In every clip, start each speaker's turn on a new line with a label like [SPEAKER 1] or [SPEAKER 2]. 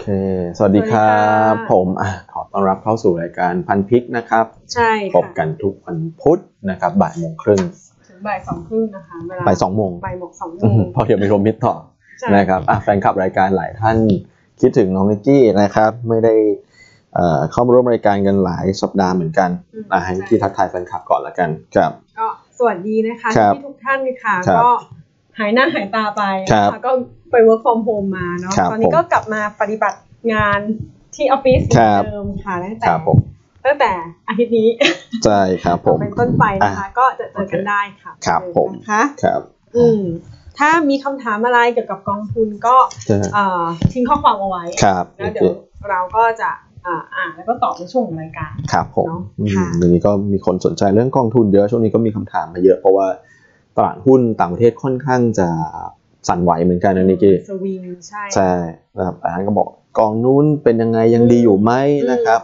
[SPEAKER 1] เค สวัสดีครั
[SPEAKER 2] สวัส
[SPEAKER 1] บ
[SPEAKER 2] ดีค่ะ
[SPEAKER 1] ผมอ่ะขอต้อนรับเข้าสู่รายการพันพิกนะครับ
[SPEAKER 2] ใช่
[SPEAKER 1] พ
[SPEAKER 2] ค่ะ
[SPEAKER 1] บกันทุกวันพุธนะครับบ่ายโมงครึ่ง
[SPEAKER 2] ถึงบ่ายสองครึ่งนะคะเวลา
[SPEAKER 1] บ่ายสองโมง
[SPEAKER 2] บ่ายโมงสองโม
[SPEAKER 1] อื้อง หือเพอเดี๋ยวมีโรวมมิตรต่อ
[SPEAKER 2] ใช่
[SPEAKER 1] นะครับอ่ะแฟนคลับรายการหลายท่านคิดถึงน้องนิกกี้นะครับ ไม่ได้เอ่อเข้ามาร่วมรายการกันหลายสัปดาห์เหมือนกัน
[SPEAKER 2] อืม
[SPEAKER 1] อ่ะให้นิกกี้ทักทายแฟนคลับก่อนละกันครับ
[SPEAKER 2] ก็สวัสดีนะคะ
[SPEAKER 1] ครับ
[SPEAKER 2] ที่ทุกท่านค่ะ
[SPEAKER 1] ครับ
[SPEAKER 2] ก็หายหน้าหายตาไปนะครับคะก็ไป work from home มาเนาะ
[SPEAKER 1] ครับ
[SPEAKER 2] ตอนนี้ก็กลับมาปฏิบัติงานที่ออฟฟิศเหมื
[SPEAKER 1] ครั
[SPEAKER 2] อน
[SPEAKER 1] บ
[SPEAKER 2] เดิมค่ะตั้ง
[SPEAKER 1] ค
[SPEAKER 2] แต่
[SPEAKER 1] รับผม
[SPEAKER 2] ตั้งแต่อาทิตย์นี้
[SPEAKER 1] ใช่ครับผม
[SPEAKER 2] เป็นต้นไปนะคะ ก็จะเจอกันได้ค่ะ
[SPEAKER 1] ครับผม
[SPEAKER 2] นะคะ
[SPEAKER 1] ครับ
[SPEAKER 2] อืมถ้ามีคำถามอะไรเกี่ยวกับกองทุนก็
[SPEAKER 1] ใช่
[SPEAKER 2] เอ่อทิ้งข้อความเอาไว้
[SPEAKER 1] ครับ
[SPEAKER 2] แล้
[SPEAKER 1] โอ
[SPEAKER 2] ว
[SPEAKER 1] เค
[SPEAKER 2] เดี๋ยวเราก็จะอ่าอ่านแล้วก็ตอบในช่วงของรายการ
[SPEAKER 1] ครับผม
[SPEAKER 2] เนาะ
[SPEAKER 1] อืม
[SPEAKER 2] ค่ะ
[SPEAKER 1] เดี๋ยวนี้ก็มีคนสนใจเรื่องกองทุนเยอะช่วงนี้ก็มีคำถามมาเยอะเพราะว่าตลาดหุ้นต่างประเทศค่อนข้างจะสั่นไหวเหมือนกันนะนิกกี้
[SPEAKER 2] สวิงใช่
[SPEAKER 1] ใช่นะครับอาจารย์ก็บอกกองนู้นเป็นยังไงยังดีอยู่ไหม
[SPEAKER 2] อืม
[SPEAKER 1] นะครับ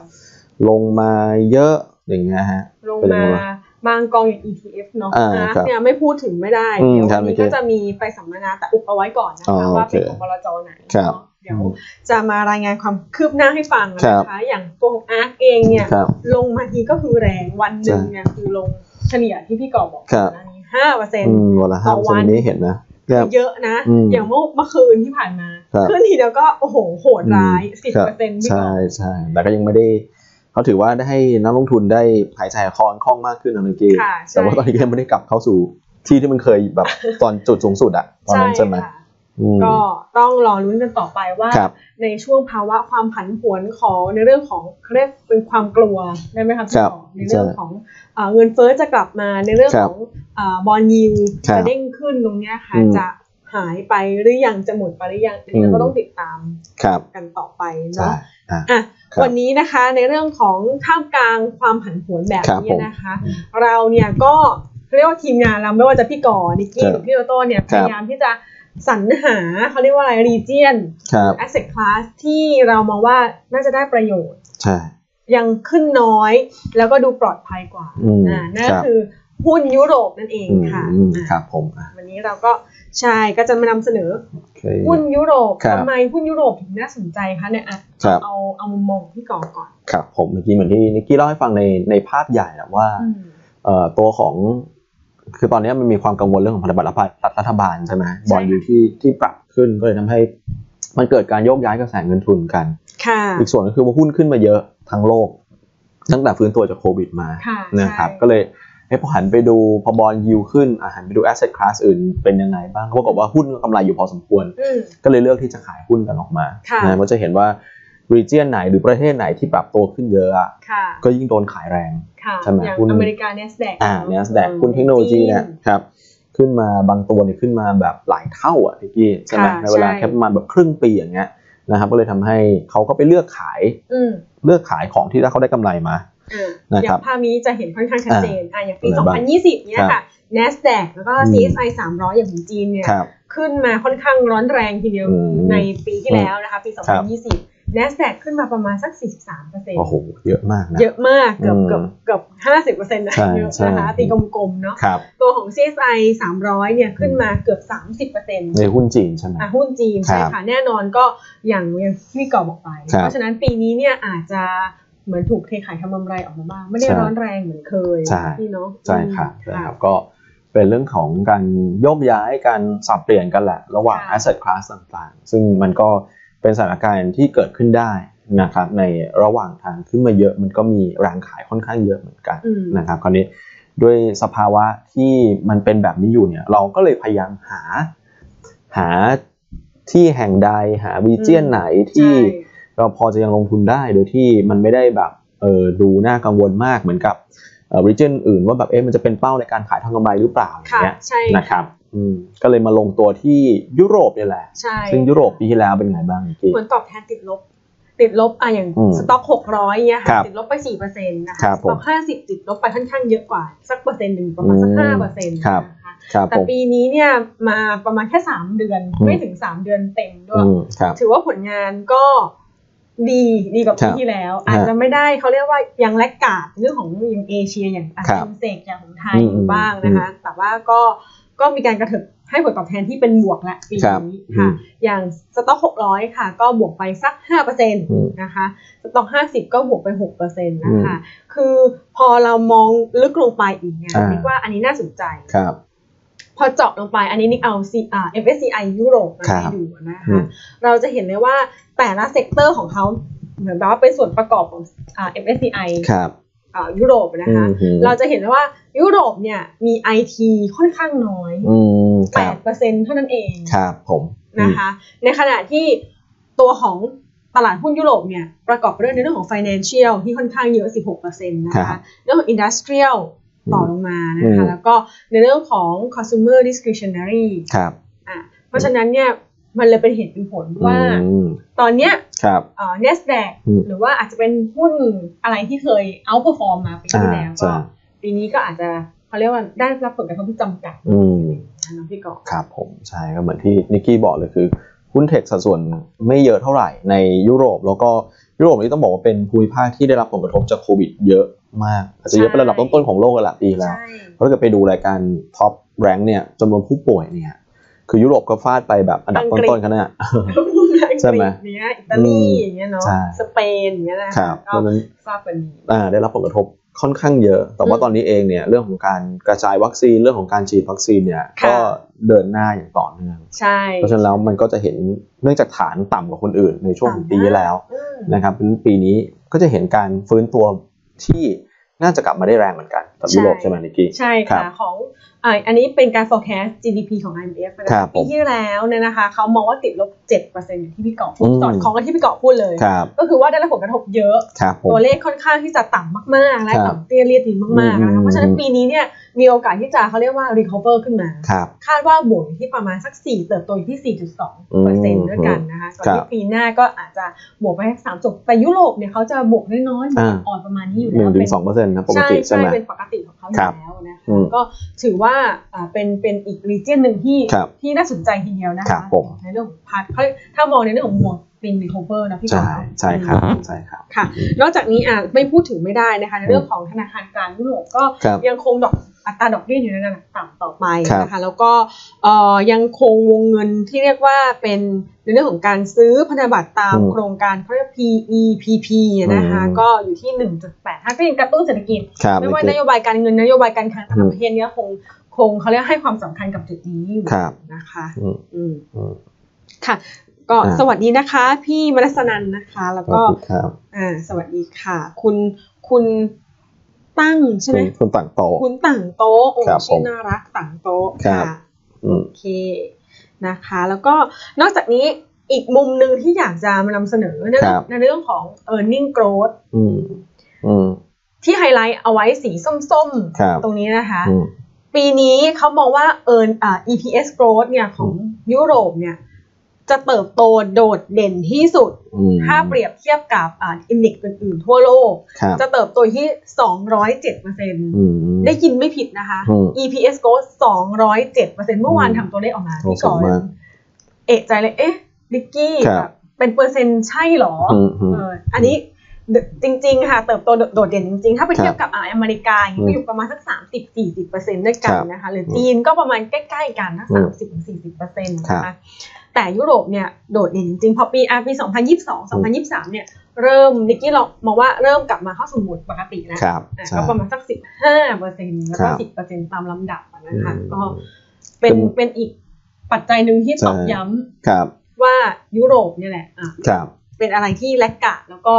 [SPEAKER 1] ลงมาเยอะอย่างเงี้ยฮะ
[SPEAKER 2] ลง
[SPEAKER 1] เป็นยังไง
[SPEAKER 2] มา
[SPEAKER 1] วะ
[SPEAKER 2] บางกองอย่าง ETF เนาะ
[SPEAKER 1] อ่า
[SPEAKER 2] อาร์ค
[SPEAKER 1] ครับ
[SPEAKER 2] เนี่ยไม่พูดถึงไม่ได้
[SPEAKER 1] อืม
[SPEAKER 2] เดี๋ยว
[SPEAKER 1] ครับ
[SPEAKER 2] วันนี้
[SPEAKER 1] โอเค
[SPEAKER 2] ก็จะมีไปสัมมนาแต่อุบเอาไว้ก่อนนะ
[SPEAKER 1] อ๋อ
[SPEAKER 2] คะว่าเป็น
[SPEAKER 1] โอเค
[SPEAKER 2] ของบลจไหน
[SPEAKER 1] ครับ
[SPEAKER 2] เนาะเดี๋ยวจะมารายงานความคืบหน้าให้ฟัง
[SPEAKER 1] ครั
[SPEAKER 2] นะ
[SPEAKER 1] บ
[SPEAKER 2] คะอย่างตัวของอาร์คเองเนี่ย
[SPEAKER 1] ครับ
[SPEAKER 2] ลงมาทีก็คือแรงวันหนึ่งเนี่ยคือลงเฉลี่ยที่พี่ก่อบอก
[SPEAKER 1] ครับ
[SPEAKER 2] ก่อนหน้านี้ห้าเปอร์เซ็น
[SPEAKER 1] อื
[SPEAKER 2] ต์
[SPEAKER 1] มวันละ
[SPEAKER 2] ต่
[SPEAKER 1] ห้า
[SPEAKER 2] อ
[SPEAKER 1] เปอร์
[SPEAKER 2] วั
[SPEAKER 1] เซ็น
[SPEAKER 2] น
[SPEAKER 1] ต์นี้เห็นนะครับ
[SPEAKER 2] เยอะนะ
[SPEAKER 1] อืม
[SPEAKER 2] อย่างเมื่อเมื่อคืนที่ผ่านมา
[SPEAKER 1] ครับ
[SPEAKER 2] ขึ้นทีเดียวก็โอ้โหโหดร้ายสิบ
[SPEAKER 1] ครับ
[SPEAKER 2] เปอร์เซ็นต์พี่ก่
[SPEAKER 1] ใช่
[SPEAKER 2] อ
[SPEAKER 1] ใช่แต่ก็ยังไม่ได้เขาถือว่าได้ให้นักลงทุนได้หายใจหายคอคล่องมากขึ้นนะนิกกี้
[SPEAKER 2] ค่ะใช่
[SPEAKER 1] แต่ว่าตอนนี้ก็ยังไม่ได้กลับเข้าสู่ที่ที่มันเคยแบบ ตอนจุดสูงสุดอะตอนนั้นใช่ไหม
[SPEAKER 2] ค่ะ
[SPEAKER 1] อืม
[SPEAKER 2] ก็ต้องรอลุ้นกันต่อไปว่า
[SPEAKER 1] ครับ
[SPEAKER 2] ในช่วงภาวะความผันผวนของในเรื่องของเขาเรียกเป็นความกลัวได้ไหมครับ
[SPEAKER 1] ค
[SPEAKER 2] พี่
[SPEAKER 1] รับ
[SPEAKER 2] หมอในเรื่องของเอ่อเงินเฟ้อจะกลับมาในเรื่องของบอลยิว
[SPEAKER 1] ครับ
[SPEAKER 2] จะเด้งขึ้นตรงเนี้ยค่ะ
[SPEAKER 1] อืม
[SPEAKER 2] จะหายไปหรือยังจะหมดไปหรือยังอันนี้
[SPEAKER 1] อืม
[SPEAKER 2] เราก็ต้องติดตาม
[SPEAKER 1] ครับ
[SPEAKER 2] กันต่อไป
[SPEAKER 1] ใช่
[SPEAKER 2] เนาะ
[SPEAKER 1] อ่ะ
[SPEAKER 2] อ่ะ
[SPEAKER 1] ครับ
[SPEAKER 2] วันนี้นะคะในเรื่องของท่ามกลางความผันผวนแบบ
[SPEAKER 1] ครับ
[SPEAKER 2] นี้
[SPEAKER 1] ผม
[SPEAKER 2] นะคะ เราเนี่ยก็เรียกว่าทีมงานเราไม่ว่าจะพี่ก่อนิกกี้
[SPEAKER 1] ครับ
[SPEAKER 2] หรือพี่โตโต้เนี่ย
[SPEAKER 1] ค
[SPEAKER 2] พ
[SPEAKER 1] รับ
[SPEAKER 2] ยายามที่จะสรรหาเขาเรียกว่าอะไรรีเจียน
[SPEAKER 1] ครับ
[SPEAKER 2] asset class ที่เรามองว่าน่าจะได้ประโยชน์
[SPEAKER 1] ใช่
[SPEAKER 2] ยังขึ้นน้อยแล้วก็ดูปลอดภัยกว่า
[SPEAKER 1] อืม
[SPEAKER 2] อ่านั่น
[SPEAKER 1] ครับ
[SPEAKER 2] คือหุ้นยุโรปนั่นเองค่ะ
[SPEAKER 1] อืม
[SPEAKER 2] อ่า
[SPEAKER 1] ครับผมอ่ะ
[SPEAKER 2] วันนี้เราก็ใช่ก็จะมานำเสนอ
[SPEAKER 1] โอเค
[SPEAKER 2] หุ้นยุโรป
[SPEAKER 1] ครับ
[SPEAKER 2] ทำไมหุ้นยุโรปถึงน่าสนใจคะเนี่ยอ่ะ
[SPEAKER 1] ครับ
[SPEAKER 2] เอาเอามุมมองของพี่ก่อก่อน
[SPEAKER 1] ครับผมเมื่อกี้เหมือนที่นิกกี้เล่าให้ฟังในในภาพใหญ่แหละว่า
[SPEAKER 2] อืม
[SPEAKER 1] เอ่อตัวของคือตอนนี้มันมีความกังวลเรื่องของพันธบัตรรัฐบาลรัฐบาลใช่ไหมบอลยูที่ที่ปรับขึ้นก็เลยทำให้ มันเกิดการโยกย้ายกระแสเงินทุนกัน
[SPEAKER 2] ค่ะ
[SPEAKER 1] อีกส่วนก็คือว่าหุ้นขึ้นมาเยอะทั้งโลก ตั้งแต่ฟื้นตัวจากโควิดมา
[SPEAKER 2] ค่ะ
[SPEAKER 1] นะครับ
[SPEAKER 2] ใช่
[SPEAKER 1] ก็เลยเอ้ยพอหันไปดูพอบอลยูขึ้นอ่ะหันไปดูแอสเซทคลาสอื่นเป็นยังไงบ้างก็ปรากฏว่าหุ้นก็กำไรอยู่พอสมควร
[SPEAKER 2] อืม
[SPEAKER 1] ก็เลยเลือกที่จะขายหุ้นกันออกมา
[SPEAKER 2] ค่ะ
[SPEAKER 1] นะมันจะเห็นว่า r e g i o n ไหนหรือประเทศไหนที่ปรับตัวขึ้นเยอะอะ
[SPEAKER 2] ค่ะ
[SPEAKER 1] ก็ยิ่งโดนขายแรง
[SPEAKER 2] ค่ะ
[SPEAKER 1] ใช่ไหม
[SPEAKER 2] อย่าง
[SPEAKER 1] หุ้น
[SPEAKER 2] อเมริกาเนสแดก
[SPEAKER 1] อ่าเนสแดกหุ้นเทคโนโลยีเนี่ยครับขึ้นมาบางตัวเนี่ยขึ้นมาแบบหลายเท่าอ่ะพี่กี้ใช่ไหม
[SPEAKER 2] ค่ะ
[SPEAKER 1] ในเวลา
[SPEAKER 2] ใช่
[SPEAKER 1] แค่ประมาณแบบครึ่งปีอย่างเงี้ยนะครับก็เลยทำให้เขาก็ไปเลือกขาย
[SPEAKER 2] อืม
[SPEAKER 1] เลือกขายของที่เขาได้กำไรมา
[SPEAKER 2] อ่ะ
[SPEAKER 1] นะ
[SPEAKER 2] อ
[SPEAKER 1] ครั
[SPEAKER 2] ย่า
[SPEAKER 1] บ
[SPEAKER 2] งภาพนี้จะเห็นค่อนข้างชัดเจนอ่ะอย่างปี
[SPEAKER 1] อะไรบ้าง
[SPEAKER 2] 2020 เนี่ย
[SPEAKER 1] ครั
[SPEAKER 2] ค่ะ
[SPEAKER 1] บ
[SPEAKER 2] NASDAQ แล้วก็ CSI 300 อย่างของจีนเนี่ย
[SPEAKER 1] ครับ
[SPEAKER 2] ขึ้นมาค่อนข้างร้อนแรงทีเดียว
[SPEAKER 1] อืม
[SPEAKER 2] ในปีที่แล้วนะคะ ปี
[SPEAKER 1] ครับ
[SPEAKER 2] 2020 NASDAQ ขึ้นมาประมาณสัก 43%
[SPEAKER 1] โอ้โหเยอะมากนะ
[SPEAKER 2] เยอะมากเกือบ
[SPEAKER 1] อืม
[SPEAKER 2] เกือบเกือบ50%นะ
[SPEAKER 1] ใช่
[SPEAKER 2] เยอะ
[SPEAKER 1] ใช่
[SPEAKER 2] นะคะตีกลมๆเนาะ
[SPEAKER 1] ครับ
[SPEAKER 2] ตัวของ CSI 300 เนี่ยขึ้นมาเกือบ 30%
[SPEAKER 1] ในหุ้นจีนใช่ไหม
[SPEAKER 2] อ่ะหุ้นจีนใช่
[SPEAKER 1] ครับ
[SPEAKER 2] ค่ะแน่นอนก็อย่างอย่างที่พี่กอบบอกไป
[SPEAKER 1] ครับ
[SPEAKER 2] เพราะฉะนั้นปีนี้เนี่ยอาจจะเหมือนถูกเทขายทำกำไรออกมาบ้าง ไม่ได้
[SPEAKER 1] ใช่
[SPEAKER 2] ร้อนแรงเหมือนเคย
[SPEAKER 1] ใช่
[SPEAKER 2] พี่เนาะ
[SPEAKER 1] ใช่ครับ
[SPEAKER 2] อืม
[SPEAKER 1] นะครับก็เป็นเรื่องของการโยกย้ายการสับเปลี่ยนกันแหละ ระหว่าง
[SPEAKER 2] ค่ะ
[SPEAKER 1] asset class ต่างๆ ซึ่งมันก็เป็นสถานการณ์ที่เกิดขึ้นได้นะครับในระหว่างทางขึ้นมาเยอะมันก็มีแรงขายค่อนข้างเยอะเหมือนกัน
[SPEAKER 2] อืม
[SPEAKER 1] นะครับคราวนี้ด้วยสภาวะที่มันเป็นแบบนี้อยู่เนี่ยเราก็เลยพยายามหาหาที่แห่งใดหาวีเจียนไหนที่
[SPEAKER 2] ใช่
[SPEAKER 1] เราพอจะยังลงทุนได้โดยที่มันไม่ได้แบบเออดูน่ากังวลมากเหมือนกับเออริเจนอื่นว่าแบบเอ๊ะมันจะเป็นเป้าในการขายทางกำไรหรือเปล่าอย่าง
[SPEAKER 2] ค่ะ
[SPEAKER 1] เงี้ย
[SPEAKER 2] ใช่
[SPEAKER 1] นะครับอืมก็เลยมาลงตัวที่ยุโรปเนี่ยแหละ
[SPEAKER 2] ใช่
[SPEAKER 1] ซึ่งยุโรปปีที่แล้วเป็นไงบ้างพี่
[SPEAKER 2] ผลตอบแทนติดลบ ติดลบอะอย่าง
[SPEAKER 1] อืม
[SPEAKER 2] สต็อกหกร้อยเนี่ย
[SPEAKER 1] ครั
[SPEAKER 2] ค่ะ
[SPEAKER 1] บ
[SPEAKER 2] ติดลบไปสี่เปอร์เซ็นต์นะ
[SPEAKER 1] ครั
[SPEAKER 2] คะ
[SPEAKER 1] บ
[SPEAKER 2] ส
[SPEAKER 1] ผม
[SPEAKER 2] ต็อกห้าสิบติดลบไปค่อนข้างเยอะกว่า สักเปอร์เซ็นต์หนึ่งประมาณสัก
[SPEAKER 1] อืม
[SPEAKER 2] ห้าเปอร์เซ็นต์
[SPEAKER 1] ครับ
[SPEAKER 2] นะคะ
[SPEAKER 1] ครับ
[SPEAKER 2] แต่
[SPEAKER 1] ผม
[SPEAKER 2] ปีนี้เนี่ยมาประมาณแค่สามเดือน
[SPEAKER 1] อืม
[SPEAKER 2] ไม่ถึงสามเดือนเต็มด้ว
[SPEAKER 1] อื
[SPEAKER 2] ย
[SPEAKER 1] มครับ
[SPEAKER 2] ถือว่าผลงานก็ดีดีกว่า
[SPEAKER 1] ครั
[SPEAKER 2] ปี
[SPEAKER 1] บ
[SPEAKER 2] ที่แล้ว
[SPEAKER 1] ฮะ
[SPEAKER 2] อาจจะไม่ได้เขาเรียกว่ายังแลกกาดเรื่องของอย่างเอเชียอย่างอา
[SPEAKER 1] ครับ
[SPEAKER 2] เซียนเซกอย่างของไทย
[SPEAKER 1] อืม
[SPEAKER 2] อยู่บ้างนะคะ แต่ว่าก็ก็มีการกระเถิบ ให้ผลตอบแทนที่เป็นบวกและปี
[SPEAKER 1] ครับ
[SPEAKER 2] นี้
[SPEAKER 1] อื
[SPEAKER 2] ค่ะ
[SPEAKER 1] ม
[SPEAKER 2] อย่างสต็อกหกร้อยค่ะ ก็บวกไปสักห้าเปอร์เซ็นต์
[SPEAKER 1] อืม
[SPEAKER 2] นะคะสต็อกห้าสิบก็บวกไปหกเปอร์เซ็นต์นะคะ
[SPEAKER 1] อื
[SPEAKER 2] คือพอเรามองลึกลงไปอีกเนี่ย
[SPEAKER 1] อ่า
[SPEAKER 2] นิกว่าอันนี้น่าสนใจ
[SPEAKER 1] ครับ
[SPEAKER 2] พอเจาะลงไปอันนี้นิกเอา C- อ่า MSCI ยุโรปมา
[SPEAKER 1] ครับ
[SPEAKER 2] ให้ดูนะ
[SPEAKER 1] อื
[SPEAKER 2] คะ
[SPEAKER 1] ม
[SPEAKER 2] เราจะเห็นเลยว่าแต่ละเซกเตอร์ของเขาเหมือนแบบว่าเป็นส่วนประกอบของอ่า MSCI
[SPEAKER 1] ครับ
[SPEAKER 2] อ่ายุโรปนะคะ
[SPEAKER 1] อืม
[SPEAKER 2] เราจะเห็นได้ว่ายุโรปเนี่ยมี IT ค่อนข้างน้อย
[SPEAKER 1] อืมครับ
[SPEAKER 2] 8%เท่านั้นเอง
[SPEAKER 1] ครับผม
[SPEAKER 2] นะคะ ในขณะที่ตัวของตลาดหุ้นยุโรปเนี่ยประกอบไปด้วยในเรื่องของ financial ที่ค่อนข้างเยอะ 16%นะคะเรื่องของ industrial ต่อลงมานะคะ แล้วก็ในเรื่องของ consumer discretionary
[SPEAKER 1] ครับ
[SPEAKER 2] อ่ะเพราะฉะนั้นเนี่ยมันเลยเป็นเหตุเป็นผลว่า
[SPEAKER 1] อืม
[SPEAKER 2] ตอนเนี้ย
[SPEAKER 1] ครับ
[SPEAKER 2] เอ่อ NASDAQ
[SPEAKER 1] อืม
[SPEAKER 2] หรือว่าอาจจะเป็นหุ้นอะไรที่เคย outperform มาปี
[SPEAKER 1] อ่า
[SPEAKER 2] ที่แล้ว
[SPEAKER 1] ใช่
[SPEAKER 2] ก็ ปีนี้ก็อาจจะเขาเรียกว่าได้รับผลกระทบที่จำกัด
[SPEAKER 1] อืม
[SPEAKER 2] นะน้องพี่กอ
[SPEAKER 1] ครับผมใช่ก็เหมือนที่นิกกี้บอกเลยคือหุ้นเทคสัดส่วนไม่เยอะเท่าไหร่ในยุโรป แล้วก็ยุโรปนี่ต้องบอกว่าเป็นภูมิภาคที่ได้รับผลกระทบจากโควิดเยอะมาก อาจจะเยอะเป็นระดับต้นๆของโลกเลยละปีแล้ว
[SPEAKER 2] ใช่
[SPEAKER 1] เพราะถ้าเกิดไปดูรายการท็อปแรงเนี่ยจำนวนผู้ป่วยเนี่ยคือยุโรปก็ฟาดไปแบบอันดับ
[SPEAKER 2] อังกฤษ
[SPEAKER 1] ต้นๆกันนะ ใช่
[SPEAKER 2] ใช่
[SPEAKER 1] ไห
[SPEAKER 2] ไห
[SPEAKER 1] ม
[SPEAKER 2] มเนี้ยอิตาลีอย่างเงี้ยเนาะ
[SPEAKER 1] ใช่
[SPEAKER 2] สเปนอย่างเงี้ยนะครับ
[SPEAKER 1] เพ
[SPEAKER 2] ก็
[SPEAKER 1] ราะฉะนั้น
[SPEAKER 2] ทราบกันดี
[SPEAKER 1] อ่าได้รับผลกระทบค่อนข้างเยอะ แต่ว่า
[SPEAKER 2] อืม
[SPEAKER 1] ตอนนี้เองเนี่ยเรื่องของการกระจายวัคซีนเรื่องของการฉีดวัคซีนเนี่ย
[SPEAKER 2] ค่ะ
[SPEAKER 1] ก็เดินหน้าอย่างต่อเนื่อง
[SPEAKER 2] ใช่
[SPEAKER 1] เพราะฉะนั้นแล้วมันก็จะเห็นเนื่องจากฐานต่ำกว่าคนอื่นในช่วงของปีที่แล้ว
[SPEAKER 2] อืม
[SPEAKER 1] นะครับเพราะฉะนั้นปีนี้ก็จะเห็นการฟื้นตัวที่น่าจะกลับมาได้แรงเหมือนกันกับยุโรปใช่ไหมนิกกี้
[SPEAKER 2] ใช่
[SPEAKER 1] ครั
[SPEAKER 2] ค่ะ
[SPEAKER 1] บ
[SPEAKER 2] ของอ่าอันนี้เป็นการ forecast GDP ของ IMF นะครับ
[SPEAKER 1] ผม
[SPEAKER 2] ปีที่แล้วเนี่ยนะคะเขามองว่าติดลบ 7%อย่างที่พี่เกาะพู
[SPEAKER 1] อื
[SPEAKER 2] ด
[SPEAKER 1] ม
[SPEAKER 2] สอดคล้องกับที่พี่เกาะพูดเลย
[SPEAKER 1] ครับ
[SPEAKER 2] ก็คือว่าได้รับผลกระทบเยอะ
[SPEAKER 1] ครับผม
[SPEAKER 2] ตัวเลขค่อนข้างที่จะต่ำมากๆ และ
[SPEAKER 1] ครับ
[SPEAKER 2] ต่ำเตี้ยเรียดดินมากๆนะ
[SPEAKER 1] อืม
[SPEAKER 2] คะเพราะฉะนั้นปีนี้เนี่ยมีโอกาสที่จะเขาเรียกว่า recover ขึ้นมา
[SPEAKER 1] ครับ
[SPEAKER 2] คาดว่าบวกอยู่ที่ประมาณสัก 4 เติบโตอยู่ที่
[SPEAKER 1] อืม
[SPEAKER 2] 4.2เปอร์เซ็นต์ด้วยกันนะคะส่วน
[SPEAKER 1] ค
[SPEAKER 2] ที่
[SPEAKER 1] รับ
[SPEAKER 2] ปีหน้าก็อาจจะบวกไปสักสามจบแต่ยุโรปเนี่ยเขาจะบวกน้อยๆบว
[SPEAKER 1] อ่า
[SPEAKER 2] กอ่อนประมาณนี้อยู่
[SPEAKER 1] หนึ่ง
[SPEAKER 2] แล้ว
[SPEAKER 1] ถึงสองเปอร์เซ็นต์นะปก
[SPEAKER 2] ใช่
[SPEAKER 1] ติใช่
[SPEAKER 2] ใช่
[SPEAKER 1] ไหม
[SPEAKER 2] เป็นปกติของเขาอ
[SPEAKER 1] ค
[SPEAKER 2] ยู่
[SPEAKER 1] รับ
[SPEAKER 2] แล้วนะ
[SPEAKER 1] อื
[SPEAKER 2] คะ
[SPEAKER 1] ม
[SPEAKER 2] ก็ถือว่าอ่าเป็นเป็นอีก region หนึ่งที่
[SPEAKER 1] ครับ
[SPEAKER 2] ที่น่าสนใจทีเดียวนะ
[SPEAKER 1] ครั
[SPEAKER 2] คะ
[SPEAKER 1] บผม
[SPEAKER 2] ในเรื่องของพาร์ทเขาถ้ามองในเรื่องของบวกเป็น recover นะพี่กอ
[SPEAKER 1] ใช่
[SPEAKER 2] ล์ฟ
[SPEAKER 1] ใช่ค
[SPEAKER 2] เนาะ
[SPEAKER 1] รับใช่ครับ
[SPEAKER 2] ค่ะ นอกจากนี้อ่ะไม่พูดถึงไม่ได้นะคะ ในเรื่องของธนาคารกลางยุโรปก็
[SPEAKER 1] ครับ
[SPEAKER 2] ยังคงดอกอัตราดอกเบี้ยอยู่ในระดับต่ำต่อไปนะ
[SPEAKER 1] ครั
[SPEAKER 2] คะ
[SPEAKER 1] บ
[SPEAKER 2] แล้วก็เอ่อยังคงวงเงินที่เรียกว่าเป็นในเรื่องของการซื้อพันธบัตรตาม
[SPEAKER 1] อืม
[SPEAKER 2] โครงการเขาเรียก PEPP อะนะคะ
[SPEAKER 1] อืม
[SPEAKER 2] ก็อยู่ที่ 1.85ก็ยังกระตุ้นเศรษฐกิจ
[SPEAKER 1] ครับ
[SPEAKER 2] ไม่ว่า
[SPEAKER 1] นิ
[SPEAKER 2] น
[SPEAKER 1] ก
[SPEAKER 2] โย
[SPEAKER 1] กี้
[SPEAKER 2] บายการเงินนโยบายการคลัง
[SPEAKER 1] อื
[SPEAKER 2] ต่าง
[SPEAKER 1] ม
[SPEAKER 2] ประเทศเนี้ยคงคงเขาเรียกให้ความสำคัญกับจุดนี้อยู่
[SPEAKER 1] ครับ
[SPEAKER 2] นะคะ
[SPEAKER 1] อืม
[SPEAKER 2] อืม
[SPEAKER 1] อืม
[SPEAKER 2] ค่ะ ก็
[SPEAKER 1] อ่า
[SPEAKER 2] สวัสดีนะคะ พี่มนัสนันนะคะ แล้ว
[SPEAKER 1] สวั
[SPEAKER 2] ก็
[SPEAKER 1] สดีครับ
[SPEAKER 2] อ่าสวัสดีค่ะ คุณคุณตั้งใช่ไหม
[SPEAKER 1] คุณต่างโต
[SPEAKER 2] คุณต่างโต๊ะโอ้
[SPEAKER 1] ครับผ
[SPEAKER 2] ชื่อ
[SPEAKER 1] ม
[SPEAKER 2] น่ารักต่างโต๊ะ
[SPEAKER 1] ครั
[SPEAKER 2] ค่ะ
[SPEAKER 1] บ อืม
[SPEAKER 2] โอเคนะคะ แล้วก็นอกจากนี้อีกมุมหนึ่งที่อยากจะมานำเสนอในเรื่อง
[SPEAKER 1] ครับ
[SPEAKER 2] ในเรื่องของ e a r n i n g growth
[SPEAKER 1] อืมอืม
[SPEAKER 2] ที่ไฮไลท์เอาไว้สีส้ม
[SPEAKER 1] ครับ
[SPEAKER 2] ๆ ตรงนี้นะคะ
[SPEAKER 1] อืม
[SPEAKER 2] ปีนี้เขามองว่า earn อ่า EPS growth เนี่ยของยุโรปเนี่ยจะเติบโตโดดเด่นที่สุด
[SPEAKER 1] อืม
[SPEAKER 2] ถ้าเปรียบเทียบกับอ่าอินเด็กซ์อื่นๆทั่วโลก
[SPEAKER 1] ครับ
[SPEAKER 2] จะเติบโตที่ 207เปอร์เซ็นต์
[SPEAKER 1] อืม
[SPEAKER 2] ได้ยินไม่ผิดนะคะ
[SPEAKER 1] อืม
[SPEAKER 2] EPS growth 207เปอร์เซ็นต์เมื่อวานทำตัวเลขออกมา
[SPEAKER 1] โอ้
[SPEAKER 2] พี่
[SPEAKER 1] สู
[SPEAKER 2] ก่
[SPEAKER 1] ง
[SPEAKER 2] อน
[SPEAKER 1] มาก
[SPEAKER 2] เอกใจเลย เอ๊ะดิกกี้
[SPEAKER 1] ครับ
[SPEAKER 2] แบบเป็นเปอร์เซ็นต์ใช่เหรอ
[SPEAKER 1] อืมอืม
[SPEAKER 2] เอออันนี้จริง ๆ ค่ะ เติบโตโดดเด่นจริง ๆ ถ้าไปเทียบกับอ่าอเมริกาอย่างเงี้ย
[SPEAKER 1] อืม
[SPEAKER 2] ก็อยู่ประมาณสัก 30-40เปอร์เซ็นต์ด้วยกัน
[SPEAKER 1] ครับ
[SPEAKER 2] นะคะ หรืออ
[SPEAKER 1] ม
[SPEAKER 2] จีนก็ประมาณใกล้ ๆ กันนะ
[SPEAKER 1] อืม
[SPEAKER 2] 30-40เปอร์เซ็นต์
[SPEAKER 1] ครั
[SPEAKER 2] นะคะ
[SPEAKER 1] บ
[SPEAKER 2] แต่ยุโรปเนี่ยโดดเด่นจริงๆพอปีอ่ะปี 2022 2023เนี่ยเริ่มนิกกี้เรามองว่าเริ่มกลับมาเข้าสู่โหมดปกติแล้ว
[SPEAKER 1] ครับ
[SPEAKER 2] อ่ะ
[SPEAKER 1] ใช่
[SPEAKER 2] ก็ประมาณสักสิบห้าเปอร์เซ็นต์แล้ว
[SPEAKER 1] ครั
[SPEAKER 2] ก็
[SPEAKER 1] บ
[SPEAKER 2] สิบเปอร์เซ็นต์ตามลำดับอะนะคะ
[SPEAKER 1] อืม
[SPEAKER 2] ก็เป็น
[SPEAKER 1] เป็น
[SPEAKER 2] เป็นอีกปัจจัยหนึ่งที่ตอก
[SPEAKER 1] ใช่
[SPEAKER 2] ย้ำ
[SPEAKER 1] ครับ
[SPEAKER 2] ว่ายุโรปเนี่ยแหละอ่ะ
[SPEAKER 1] ครับ
[SPEAKER 2] เป็นอะไรที่แลกกะแล้วก็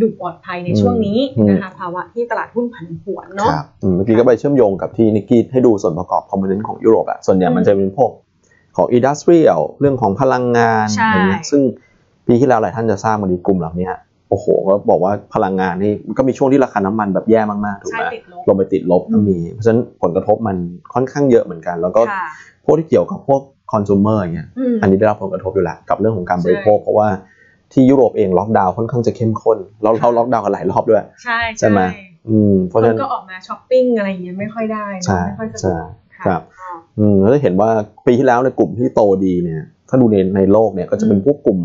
[SPEAKER 2] ดูปลอดภัยใน
[SPEAKER 1] อืม
[SPEAKER 2] ช่วงนี้
[SPEAKER 1] อืม
[SPEAKER 2] นะคะภาวะที่ตลาดหุ้นผันผวนเนาะ
[SPEAKER 1] ครับอืมเมื่อกี้ก็ไปเชื่อมโยงกับที่นิกกี้ให้ดูส่วนประกอบคอมโพเนนต์ของยุโรปอะส่วนใหญ่
[SPEAKER 2] อืม
[SPEAKER 1] มันจะเป็นพวกของอินดัสเทรียลเรื่องของพลังงาน
[SPEAKER 2] ใช่
[SPEAKER 1] อะไรเงี้ยซึ่งปีที่แล้วหลายท่านจะทราบมาดีกลุ่มเหล่านี้โอ้โห ก็บอกว่าพลังงานนี่ก็มีช่วงที่ราคาน้ำมันแบบแย่มาก ๆ ถูก
[SPEAKER 2] ใช่
[SPEAKER 1] ไหม
[SPEAKER 2] ติดลบ
[SPEAKER 1] ลงไปติดลบก็มี เพราะฉะนั้นผลกระทบมันค่อนข้างเยอะเหมือนกัน แล้วก็
[SPEAKER 2] ค่ะ
[SPEAKER 1] พวกที่เกี่ยวกับพวกคอน sumer อย่างเงี้ย
[SPEAKER 2] อืม
[SPEAKER 1] อันนี้ได้รับผลกระทบอยู่แล้วกับเรื่องของการบริโภค
[SPEAKER 2] ใช่
[SPEAKER 1] เพราะว่าที่ยุโรปเองล็อกดาวน์ค่อนข้างจะเข้มข้นเราเราล็อกดาวน์กันหลายรอบด้วย
[SPEAKER 2] ใช่
[SPEAKER 1] ใช่ไหม อืมเพ
[SPEAKER 2] ค
[SPEAKER 1] ราะ
[SPEAKER 2] น
[SPEAKER 1] ฉะนั้น
[SPEAKER 2] ก็ออกมาช้อปปิ้งอะไรอย่างเงี้ยไม่ค่อยได้
[SPEAKER 1] ใช่
[SPEAKER 2] เนาะไม่ค่อยสะดวก
[SPEAKER 1] ใช่ครับ อืมเราจะเห็นว่าปีที่แล้วในยกลุ่มที่โตดีเนี่ยถ้าดูในในโลกเนี่ยก็จะเป็นพวกกลุ่ม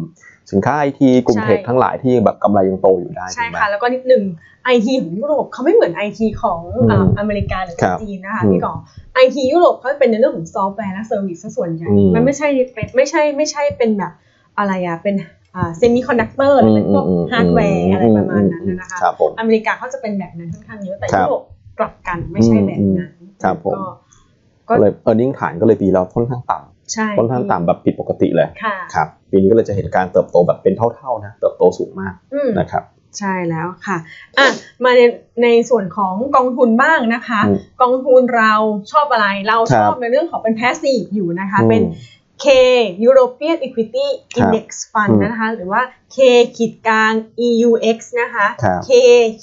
[SPEAKER 1] สินค้าไอทีกลุ่ม
[SPEAKER 2] ใช่
[SPEAKER 1] เทคทั้งหลายที่แบบกำไรยังโตอยู่ได้
[SPEAKER 2] ใช่
[SPEAKER 1] ถูกไหม
[SPEAKER 2] ค่ะ แล้วก็นิดหนึ่งไอทีของยุโรปเขาไม่เหมือนไอทีของอ่า
[SPEAKER 1] อืม
[SPEAKER 2] อเมริกาหรือ
[SPEAKER 1] ครับ
[SPEAKER 2] จีนนะคะ
[SPEAKER 1] อืม
[SPEAKER 2] พี่ก่อไอทียุโรปเขาเป็นในเรื่องของซอฟต์แวร์และเซอร์วิสซะส่วนใหญ่
[SPEAKER 1] อืม
[SPEAKER 2] มันไม่ใช่เป็นไม่ใช่ไม่ใช่เป็นแบบอะไรอะเป็นอ่าเซมิคอนดักเตอร์หรือเป็นพวก
[SPEAKER 1] อืมอืมอืม
[SPEAKER 2] ฮาร์ดแวร์อะไรประมาณนั้นน่ะนะคะ
[SPEAKER 1] ครับผม
[SPEAKER 2] อเมริกาเขาจะเป็นแบบนั้นค่อนข้างเยอะแต่
[SPEAKER 1] ครับ
[SPEAKER 2] ยุโรปกลับกันไม่ใช่แบบนั้น
[SPEAKER 1] ครับผม
[SPEAKER 2] ก็
[SPEAKER 1] ก็เลยเออร์เน็งฐานก็เลยปีเราค่อนข้างต่
[SPEAKER 2] ใช่
[SPEAKER 1] ำค่อนข้างต่ำแบบผิดปกติเลย
[SPEAKER 2] ค่ะ
[SPEAKER 1] ครับปีนี้ก็เลยจะเห็นการเติบโตแบบเป็นเท่าๆนะเติบโตสูงมาก
[SPEAKER 2] อืม
[SPEAKER 1] นะครับ
[SPEAKER 2] ใช่แล้วค่ะ อ่ะ มาในในส่วนของกองทุนบ้างนะคะ
[SPEAKER 1] อืม
[SPEAKER 2] กองทุนเราชอบอะไร เราชอ
[SPEAKER 1] ค
[SPEAKER 2] บ
[SPEAKER 1] รับ
[SPEAKER 2] ในเรื่องของเป็น passive อยู่นะคะ เป็น
[SPEAKER 1] อืม
[SPEAKER 2] K European Equity
[SPEAKER 1] ครับ
[SPEAKER 2] Index Fund
[SPEAKER 1] อืม
[SPEAKER 2] นะคะ หรือว่า K ขีดกลาง EUX นะคะ
[SPEAKER 1] ครับ
[SPEAKER 2] K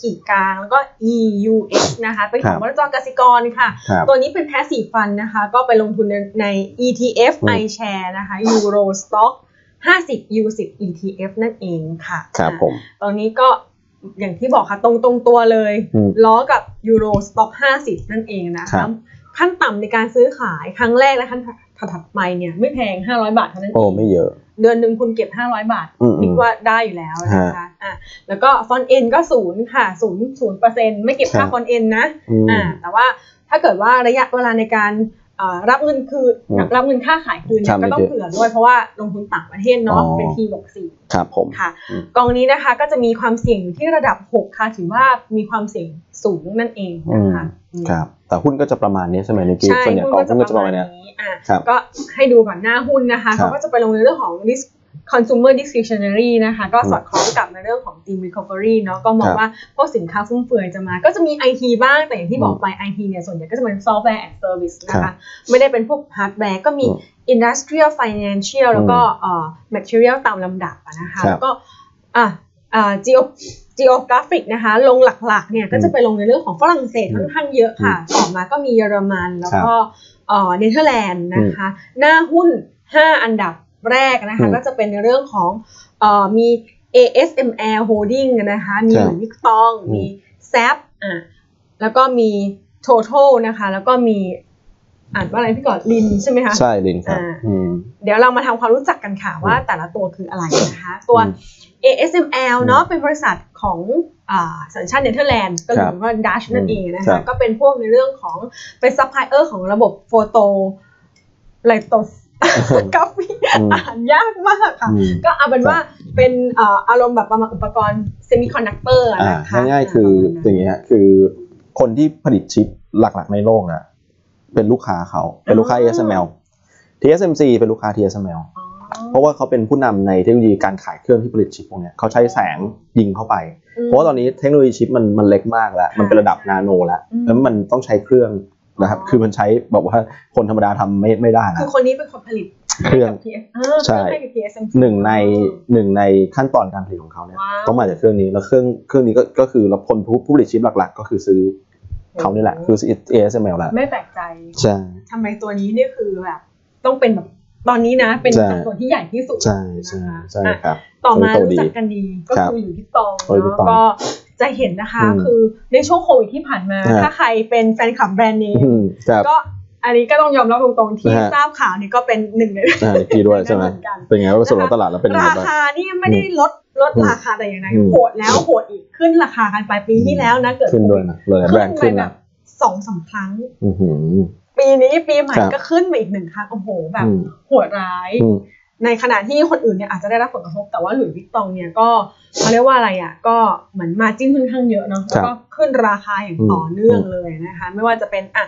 [SPEAKER 2] ขีดกลางแล้วก็ EUX นะคะ เป็นข
[SPEAKER 1] ค
[SPEAKER 2] อง
[SPEAKER 1] รับ
[SPEAKER 2] บริษัทกสิกรค่ะ
[SPEAKER 1] ครับ
[SPEAKER 2] ตัวนี้เป็น passive fund นะคะ ก็ไปลงทุนในใน ETF
[SPEAKER 1] อืม
[SPEAKER 2] iShare นะคะ Euro Stock 50 U10 ETF นั่นเองค่ะ
[SPEAKER 1] ครับ
[SPEAKER 2] อ่ะ
[SPEAKER 1] ผม
[SPEAKER 2] ตอนนี้ก็อย่างที่บอกค่ะตรงตรงตัวเลย
[SPEAKER 1] อืม
[SPEAKER 2] ล้อกับยูโรสต็อก50 นั่นเองนะ
[SPEAKER 1] ครั
[SPEAKER 2] คะ
[SPEAKER 1] บ
[SPEAKER 2] ขั้นต่ำในการซื้อขายครั้งแรกและครั้งถัดๆไปเนี่ยไม่แพง 500 บาทเท่านั้นเง
[SPEAKER 1] โอ้ไม่เยอะ
[SPEAKER 2] เดือนหนึ่งคุณเก็บ 500 บาท
[SPEAKER 1] อืม
[SPEAKER 2] คิดว่าได้อยู่แล้วนะคะอ่ะแล้วก็ฟอนเอ็นก็ศูนย์ค่ะศูนย์ศูนย์เปอร์เซ็นต์ไม่เก็บ
[SPEAKER 1] ครั
[SPEAKER 2] ค่า
[SPEAKER 1] บ
[SPEAKER 2] ฟอนเอ็นนะ
[SPEAKER 1] อืม
[SPEAKER 2] อ่าแต่ว่าถ้าเกิดว่าระยะเวลาในการอ่ารับเงินคืน
[SPEAKER 1] อืม
[SPEAKER 2] รับเงินค่าขายคืน
[SPEAKER 1] ครั
[SPEAKER 2] เนี่ย
[SPEAKER 1] บ
[SPEAKER 2] ก็ต้องเผื่อด้วยเพราะว่าลงทุนต่างประเทศเนาะ
[SPEAKER 1] อ๋อ
[SPEAKER 2] เป็นทีบวกสี่
[SPEAKER 1] ครับผม
[SPEAKER 2] ค่ะ
[SPEAKER 1] อืม
[SPEAKER 2] กองนี้นะคะก็จะมีความเสี่ยงอยู่ที่ระดับ 6 ค่ะถือว่ามีความเสี่ยงสูงนั่นเองนะคะอืม
[SPEAKER 1] ครับ แต่หุ้นก็จะประมาณนี้ใช่ไหมนิกกี้
[SPEAKER 2] ใช่
[SPEAKER 1] ส่วนใหญ่
[SPEAKER 2] หุ้น
[SPEAKER 1] กอง
[SPEAKER 2] ก็
[SPEAKER 1] หุ้นก็
[SPEAKER 2] จะ
[SPEAKER 1] จะป
[SPEAKER 2] ป
[SPEAKER 1] ระมาณ
[SPEAKER 2] ระมาณ
[SPEAKER 1] เนี้ย
[SPEAKER 2] นี้อ่ะ
[SPEAKER 1] ครับ
[SPEAKER 2] ก็ให้ดูก่อนหน้าหุ้นนะคะเขาก็จะไปลงในเรื่องของ risk consumer discretionary นะคะก็สอดคล้องกับในเรื่องของ team recovery เนาะก็มองว่าพวกสินค้าฟุ่มเฟือยจะมา ก็จะมี IT บ้างแต่อย่างที่บอกไป IT เนี่ยส่วนใหญ่ก็จะเป็น software and service นะ
[SPEAKER 1] ครั
[SPEAKER 2] คะ
[SPEAKER 1] บ
[SPEAKER 2] ไม่ได้เป็นพวก hardware ก็มี
[SPEAKER 1] อืม
[SPEAKER 2] industrial financial แล้วก็เอ่อ material ตามลำดับอะนะ
[SPEAKER 1] ค
[SPEAKER 2] คะ
[SPEAKER 1] รับ
[SPEAKER 2] แล้วก็อ่ะอ่า geo geographic นะคะลงหลักๆเนี่ยก็จะไปลงในเรื่องของฝรั่งเศสค่อนข้างเยอะค่ะ ต่อมาก็มีเยอรมันแล้วก็ เอ่อเนเธอร์แลนด์นะคะ หน้าหุ้น 5 อันดับแรกนะคะ
[SPEAKER 1] อืม
[SPEAKER 2] ก็จะเป็นในเรื่องของเอ่อมี ASML Holding นะคะ มี
[SPEAKER 1] ครั
[SPEAKER 2] ห
[SPEAKER 1] บ
[SPEAKER 2] ลุยส์วิกตอง
[SPEAKER 1] อืม
[SPEAKER 2] มี s ซฟอ่ะแล้วก็มี Total นะคะ แล้วก็มีอ่านว่าอะไรพี่ก่อนลินใช่ไหมคะ
[SPEAKER 1] ใช่ลินครับ
[SPEAKER 2] อ่า
[SPEAKER 1] อืม
[SPEAKER 2] เดี๋ยวเรามาทำความรู้จักกันค่ะว่าแต่ละตัวคืออะไรนะคะ ตัว
[SPEAKER 1] อืม
[SPEAKER 2] ASML เนาะ
[SPEAKER 1] อืม
[SPEAKER 2] เป็นบริษัทของอาสัญชาติเนเธอร์แลนด์ก็หรือว่าดัชนั่นเองนะ
[SPEAKER 1] ครั
[SPEAKER 2] คะ
[SPEAKER 1] บ
[SPEAKER 2] ก็เป็นพวกในเรื่องของเป็นซัพพลายเออร์ของระบบโฟโตไลโตสกราฟิก
[SPEAKER 1] อืม
[SPEAKER 2] อ่านยากมากค่ะ
[SPEAKER 1] อืม
[SPEAKER 2] ก็เอาเป็นว่าเป็นอ่าอารมณ์แบบประมาณอุปกรณ์เซมิคอนดักเตอร์
[SPEAKER 1] อ่า
[SPEAKER 2] นะคะ
[SPEAKER 1] ง่ายๆคืออย่างเงี้ยคือคนที่ผลิตชิปหลักๆในโลกนะเป็นลูกค้าเขาเป็นลูกค้า ASML TSMC เป็นลูกค้า TSML
[SPEAKER 2] อ๋อ
[SPEAKER 1] เพราะว่าเขาเป็นผู้นำในเทคโนโลยีการขายเครื่องที่ผลิตชิปพวกเนี้ยเขาใช้แสงยิงเข้าไป เพราะว่าตอนนี้เทคโนโลยีชิปมันมันเล็กมากแล้ว
[SPEAKER 2] ค่ะ
[SPEAKER 1] มันเป็นระดับนาโนแล้ว
[SPEAKER 2] อืม
[SPEAKER 1] แล้วมันต้องใช้เครื่องนะครับ
[SPEAKER 2] อ๋อ
[SPEAKER 1] คือมันใช้แบบว่าคนธรรมดาทำไม่ไม่ได้
[SPEAKER 2] คื
[SPEAKER 1] นะ
[SPEAKER 2] อคนนี้เป็นคนผลิต
[SPEAKER 1] เครื่อง
[SPEAKER 2] กับ PS เออ
[SPEAKER 1] ใช่
[SPEAKER 2] ห้กับ TSMC
[SPEAKER 1] หนึ่งในหนึ่งในขั้นตอนการผลิตของเขาเนี่ย
[SPEAKER 2] ว้าว
[SPEAKER 1] ต้องมาจากเครื่องนี้แล้วเครื่องเครื่องนี้ก็ก็คือรับคนผู้ผู้ผลิตชิปหลัก ๆ ก็คือซื้อ เขานี่แหละ คือ ASML แหละ
[SPEAKER 2] ไม่แปลกใจ
[SPEAKER 1] ใช่
[SPEAKER 2] ทำไมตัวนี้เนี่ยคือแบบต้องเป็นแบบตอนนี้นะเป็น
[SPEAKER 1] ใช่
[SPEAKER 2] ส่วนที่ใหญ่ที่สุด
[SPEAKER 1] ใช่ใช่ใช่
[SPEAKER 2] อ่ะ
[SPEAKER 1] ครับ
[SPEAKER 2] ต่อมา
[SPEAKER 1] โตดี
[SPEAKER 2] รู้จักกันดีก็
[SPEAKER 1] ครับ
[SPEAKER 2] คืออยู่ที่ตอง
[SPEAKER 1] เอออยู่
[SPEAKER 2] เนาะ
[SPEAKER 1] ตอง
[SPEAKER 2] ก็จะเห็นนะคะ
[SPEAKER 1] อืม
[SPEAKER 2] คือในช่วงโควิดที่ผ่านมา
[SPEAKER 1] ฮะ
[SPEAKER 2] ถ้าใครเป็นแฟนคลับแบรนด์เนม
[SPEAKER 1] อืมครับ
[SPEAKER 2] ก็อันนี้ก็ต้องยอมรับตรงๆที่
[SPEAKER 1] นะฮะ
[SPEAKER 2] ทราบข่าวนี่ก็เป็นหนึ่งใน
[SPEAKER 1] อ่าพี่ด้วยใช่ไหม
[SPEAKER 2] เหมือนกัน
[SPEAKER 1] เป็นไงว่าสำรวจตลาดแล้วเป็นยังไง
[SPEAKER 2] รา
[SPEAKER 1] บ้าง
[SPEAKER 2] คานี่ไม่ได้ลดลดราคาแต่อย่างไร
[SPEAKER 1] อืม
[SPEAKER 2] โหดแล้วโหดอีกขึ้นราคากันไปปีที่แล้วนะเกิด
[SPEAKER 1] ขึ้นด้วยนะเลยแบรนด์
[SPEAKER 2] ไป
[SPEAKER 1] ขึ้น
[SPEAKER 2] แบ
[SPEAKER 1] นะ
[SPEAKER 2] บสองสามครั้ง
[SPEAKER 1] อือหือ
[SPEAKER 2] ปีนี้ปีใหม่
[SPEAKER 1] ครับ
[SPEAKER 2] ก็ขึ้นมาอีกหนึ่งครั้งโอ้โหแบบ
[SPEAKER 1] อืม
[SPEAKER 2] โหดร้าย
[SPEAKER 1] อืม
[SPEAKER 2] ในขณะที่คนอื่นเนี่ยอาจจะได้รับผลกระทบแต่ว่าหลุยส์วิกตองเนี่ยก็เขาเรียกว่าอะไรอ่ะก็เหมือนมาจิ้นค่อนข้างเยอะเนาะ
[SPEAKER 1] ค
[SPEAKER 2] แล้
[SPEAKER 1] รั
[SPEAKER 2] ว
[SPEAKER 1] บ
[SPEAKER 2] ก็ขึ้นราคาอย่างต่อเนื่องเลยนะคะไม่ว่าจะเป็นอ่ะ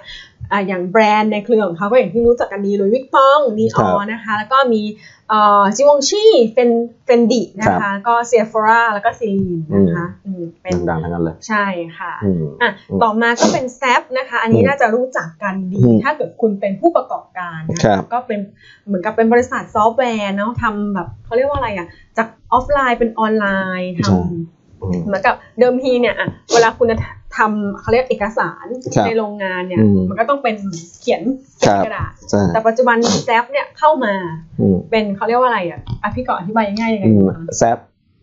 [SPEAKER 2] อ่ะอย่างแบรนด์ในเครือของเขาก็อย่างที่รู้จักกันดีหลุยส์วิกตองดีอ
[SPEAKER 1] ครั
[SPEAKER 2] อบ นะคะ แล้วก็มีเอ่อจิวงชี่เป็นเฟนดินะคะก็เซฟราแล้วก็ซีลีนนะคะอืมเป็น
[SPEAKER 1] ดังๆทั้งนั้นเลย
[SPEAKER 2] ใช่ค่ะ
[SPEAKER 1] อืม
[SPEAKER 2] อ่ะ
[SPEAKER 1] อืม
[SPEAKER 2] ต่อมาก็เป็นแซฟนะคะ อันนี้
[SPEAKER 1] อืม
[SPEAKER 2] น่าจะรู้จักกันดี
[SPEAKER 1] อืม
[SPEAKER 2] ถ้าเกิดคุณเป็นผู้ประกอบการนะครับ ก็เป็นเหมือนกับเป็นบริษัทซอฟต์แวร์เนาะทำแบบเขาเรียกว่าอะไรอ่ะ จากออฟไลน์เป็นออนไลน์ท
[SPEAKER 1] ใช่
[SPEAKER 2] ำ
[SPEAKER 1] อืม
[SPEAKER 2] เหมือนกับเดิมทีเนี่ยอ่ะเวลาคุณจะทำเขาเรียกเอกสาร
[SPEAKER 1] ครับ
[SPEAKER 2] ในโรงงานเนี่ย
[SPEAKER 1] อืม
[SPEAKER 2] มันก็ต้องเป็นเขียน
[SPEAKER 1] ครับ
[SPEAKER 2] กระดาษ
[SPEAKER 1] ใช่
[SPEAKER 2] แต่ปัจจุบันแซฟเนี่ยเข้ามา
[SPEAKER 1] อืม
[SPEAKER 2] เป็นเขาเรียกว่าอะไรอ่ะอ่ะพี่ก่อนอธิบายง่ายๆยังไง
[SPEAKER 1] อืม
[SPEAKER 2] ดีคะ
[SPEAKER 1] แซฟ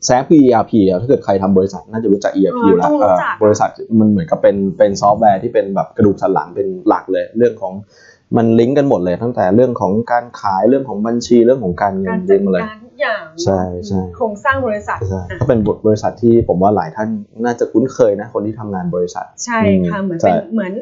[SPEAKER 1] แซฟคือ ERP แล้วถ้าเกิดใครทำบริษัทน่าจะรู้จัก ERP อยู่แล้ว
[SPEAKER 2] ต้องรู้
[SPEAKER 1] เอ่อ
[SPEAKER 2] จัก
[SPEAKER 1] บริษัทมันเหมือนกับเป็นเป็นซอฟต์แวร์ที่เป็นแบบกระดูกสันหลังเป็นหลักเลย เรื่องของ มันลิงก์กันหมดเลยตั้งแต่เรื่องของการขายเรื่องของบัญชีเรื่องของการเงิ
[SPEAKER 2] กาน ร
[SPEAKER 1] ร
[SPEAKER 2] จั
[SPEAKER 1] ว
[SPEAKER 2] ด
[SPEAKER 1] มมาเลย
[SPEAKER 2] การทุกอย่าง
[SPEAKER 1] ใช่ใช่
[SPEAKER 2] โครงสร้างบริษัท
[SPEAKER 1] ใช่
[SPEAKER 2] อ่ะ
[SPEAKER 1] ก็เป็นบริษัทที่ผมว่าหลายท่านน่าจะคุ้นเคยนะคนที่ทำงานบริษัท
[SPEAKER 2] ใช่ค่ะ
[SPEAKER 1] อืม
[SPEAKER 2] เหมือนเป็น
[SPEAKER 1] ใช่
[SPEAKER 2] เหมือน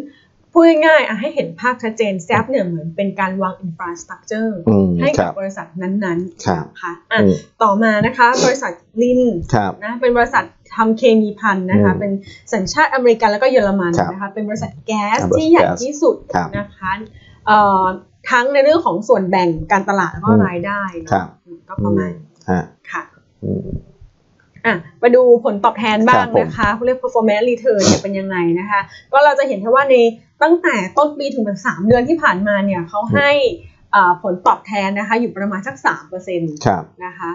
[SPEAKER 2] พูดง่ายๆอ่ะให้เห็นภาพชัดเจนแซฟเนี่ยเหมือนเป็นการวางอินฟราสตรักเจอร์
[SPEAKER 1] อืม
[SPEAKER 2] ให้
[SPEAKER 1] ค
[SPEAKER 2] กั
[SPEAKER 1] รั
[SPEAKER 2] บบ บริษัทนั้น
[SPEAKER 1] ครับ
[SPEAKER 2] ๆนะคะอ่ะ
[SPEAKER 1] อืม
[SPEAKER 2] ต่อมานะคะ บริษัทลิน
[SPEAKER 1] ครับ
[SPEAKER 2] นะเป็นบริษัททำเคมีพันนะคะ
[SPEAKER 1] อืม
[SPEAKER 2] เป็นสัญชาติอเมริกันแล้วก็เยอรมัน
[SPEAKER 1] ครับ
[SPEAKER 2] นะคะเป็นบริษัทแก๊ส
[SPEAKER 1] ครับ
[SPEAKER 2] ที่ใหญ่
[SPEAKER 1] บริษัทแก๊ส
[SPEAKER 2] ที่สุด
[SPEAKER 1] ครับ
[SPEAKER 2] นะคะเอ่อทั้งในเรื่องของส่วนแบ่งการตลาดแล้วก็
[SPEAKER 1] อืม
[SPEAKER 2] รายได้เนอะ
[SPEAKER 1] ครับ
[SPEAKER 2] ก็ประมาณ
[SPEAKER 1] อืฮะ
[SPEAKER 2] ค่ะ
[SPEAKER 1] อืม
[SPEAKER 2] อ่ะมาดูผลตอบแทนบ้าง
[SPEAKER 1] ผม
[SPEAKER 2] นะคะเขาเรียก performance return เนี่ยเป็นยังไงนะคะ ก็เราจะเห็นได้ว่าในตั้งแต่ต้นปีถึงแบบสามเดือนที่ผ่านมาเนี่ยเขา
[SPEAKER 1] อืม
[SPEAKER 2] ให้เอ่อผลตอบแทนนะคะอยู่ประมาณสักสามเปอร์เซ็นต์
[SPEAKER 1] ครับ
[SPEAKER 2] นะคะ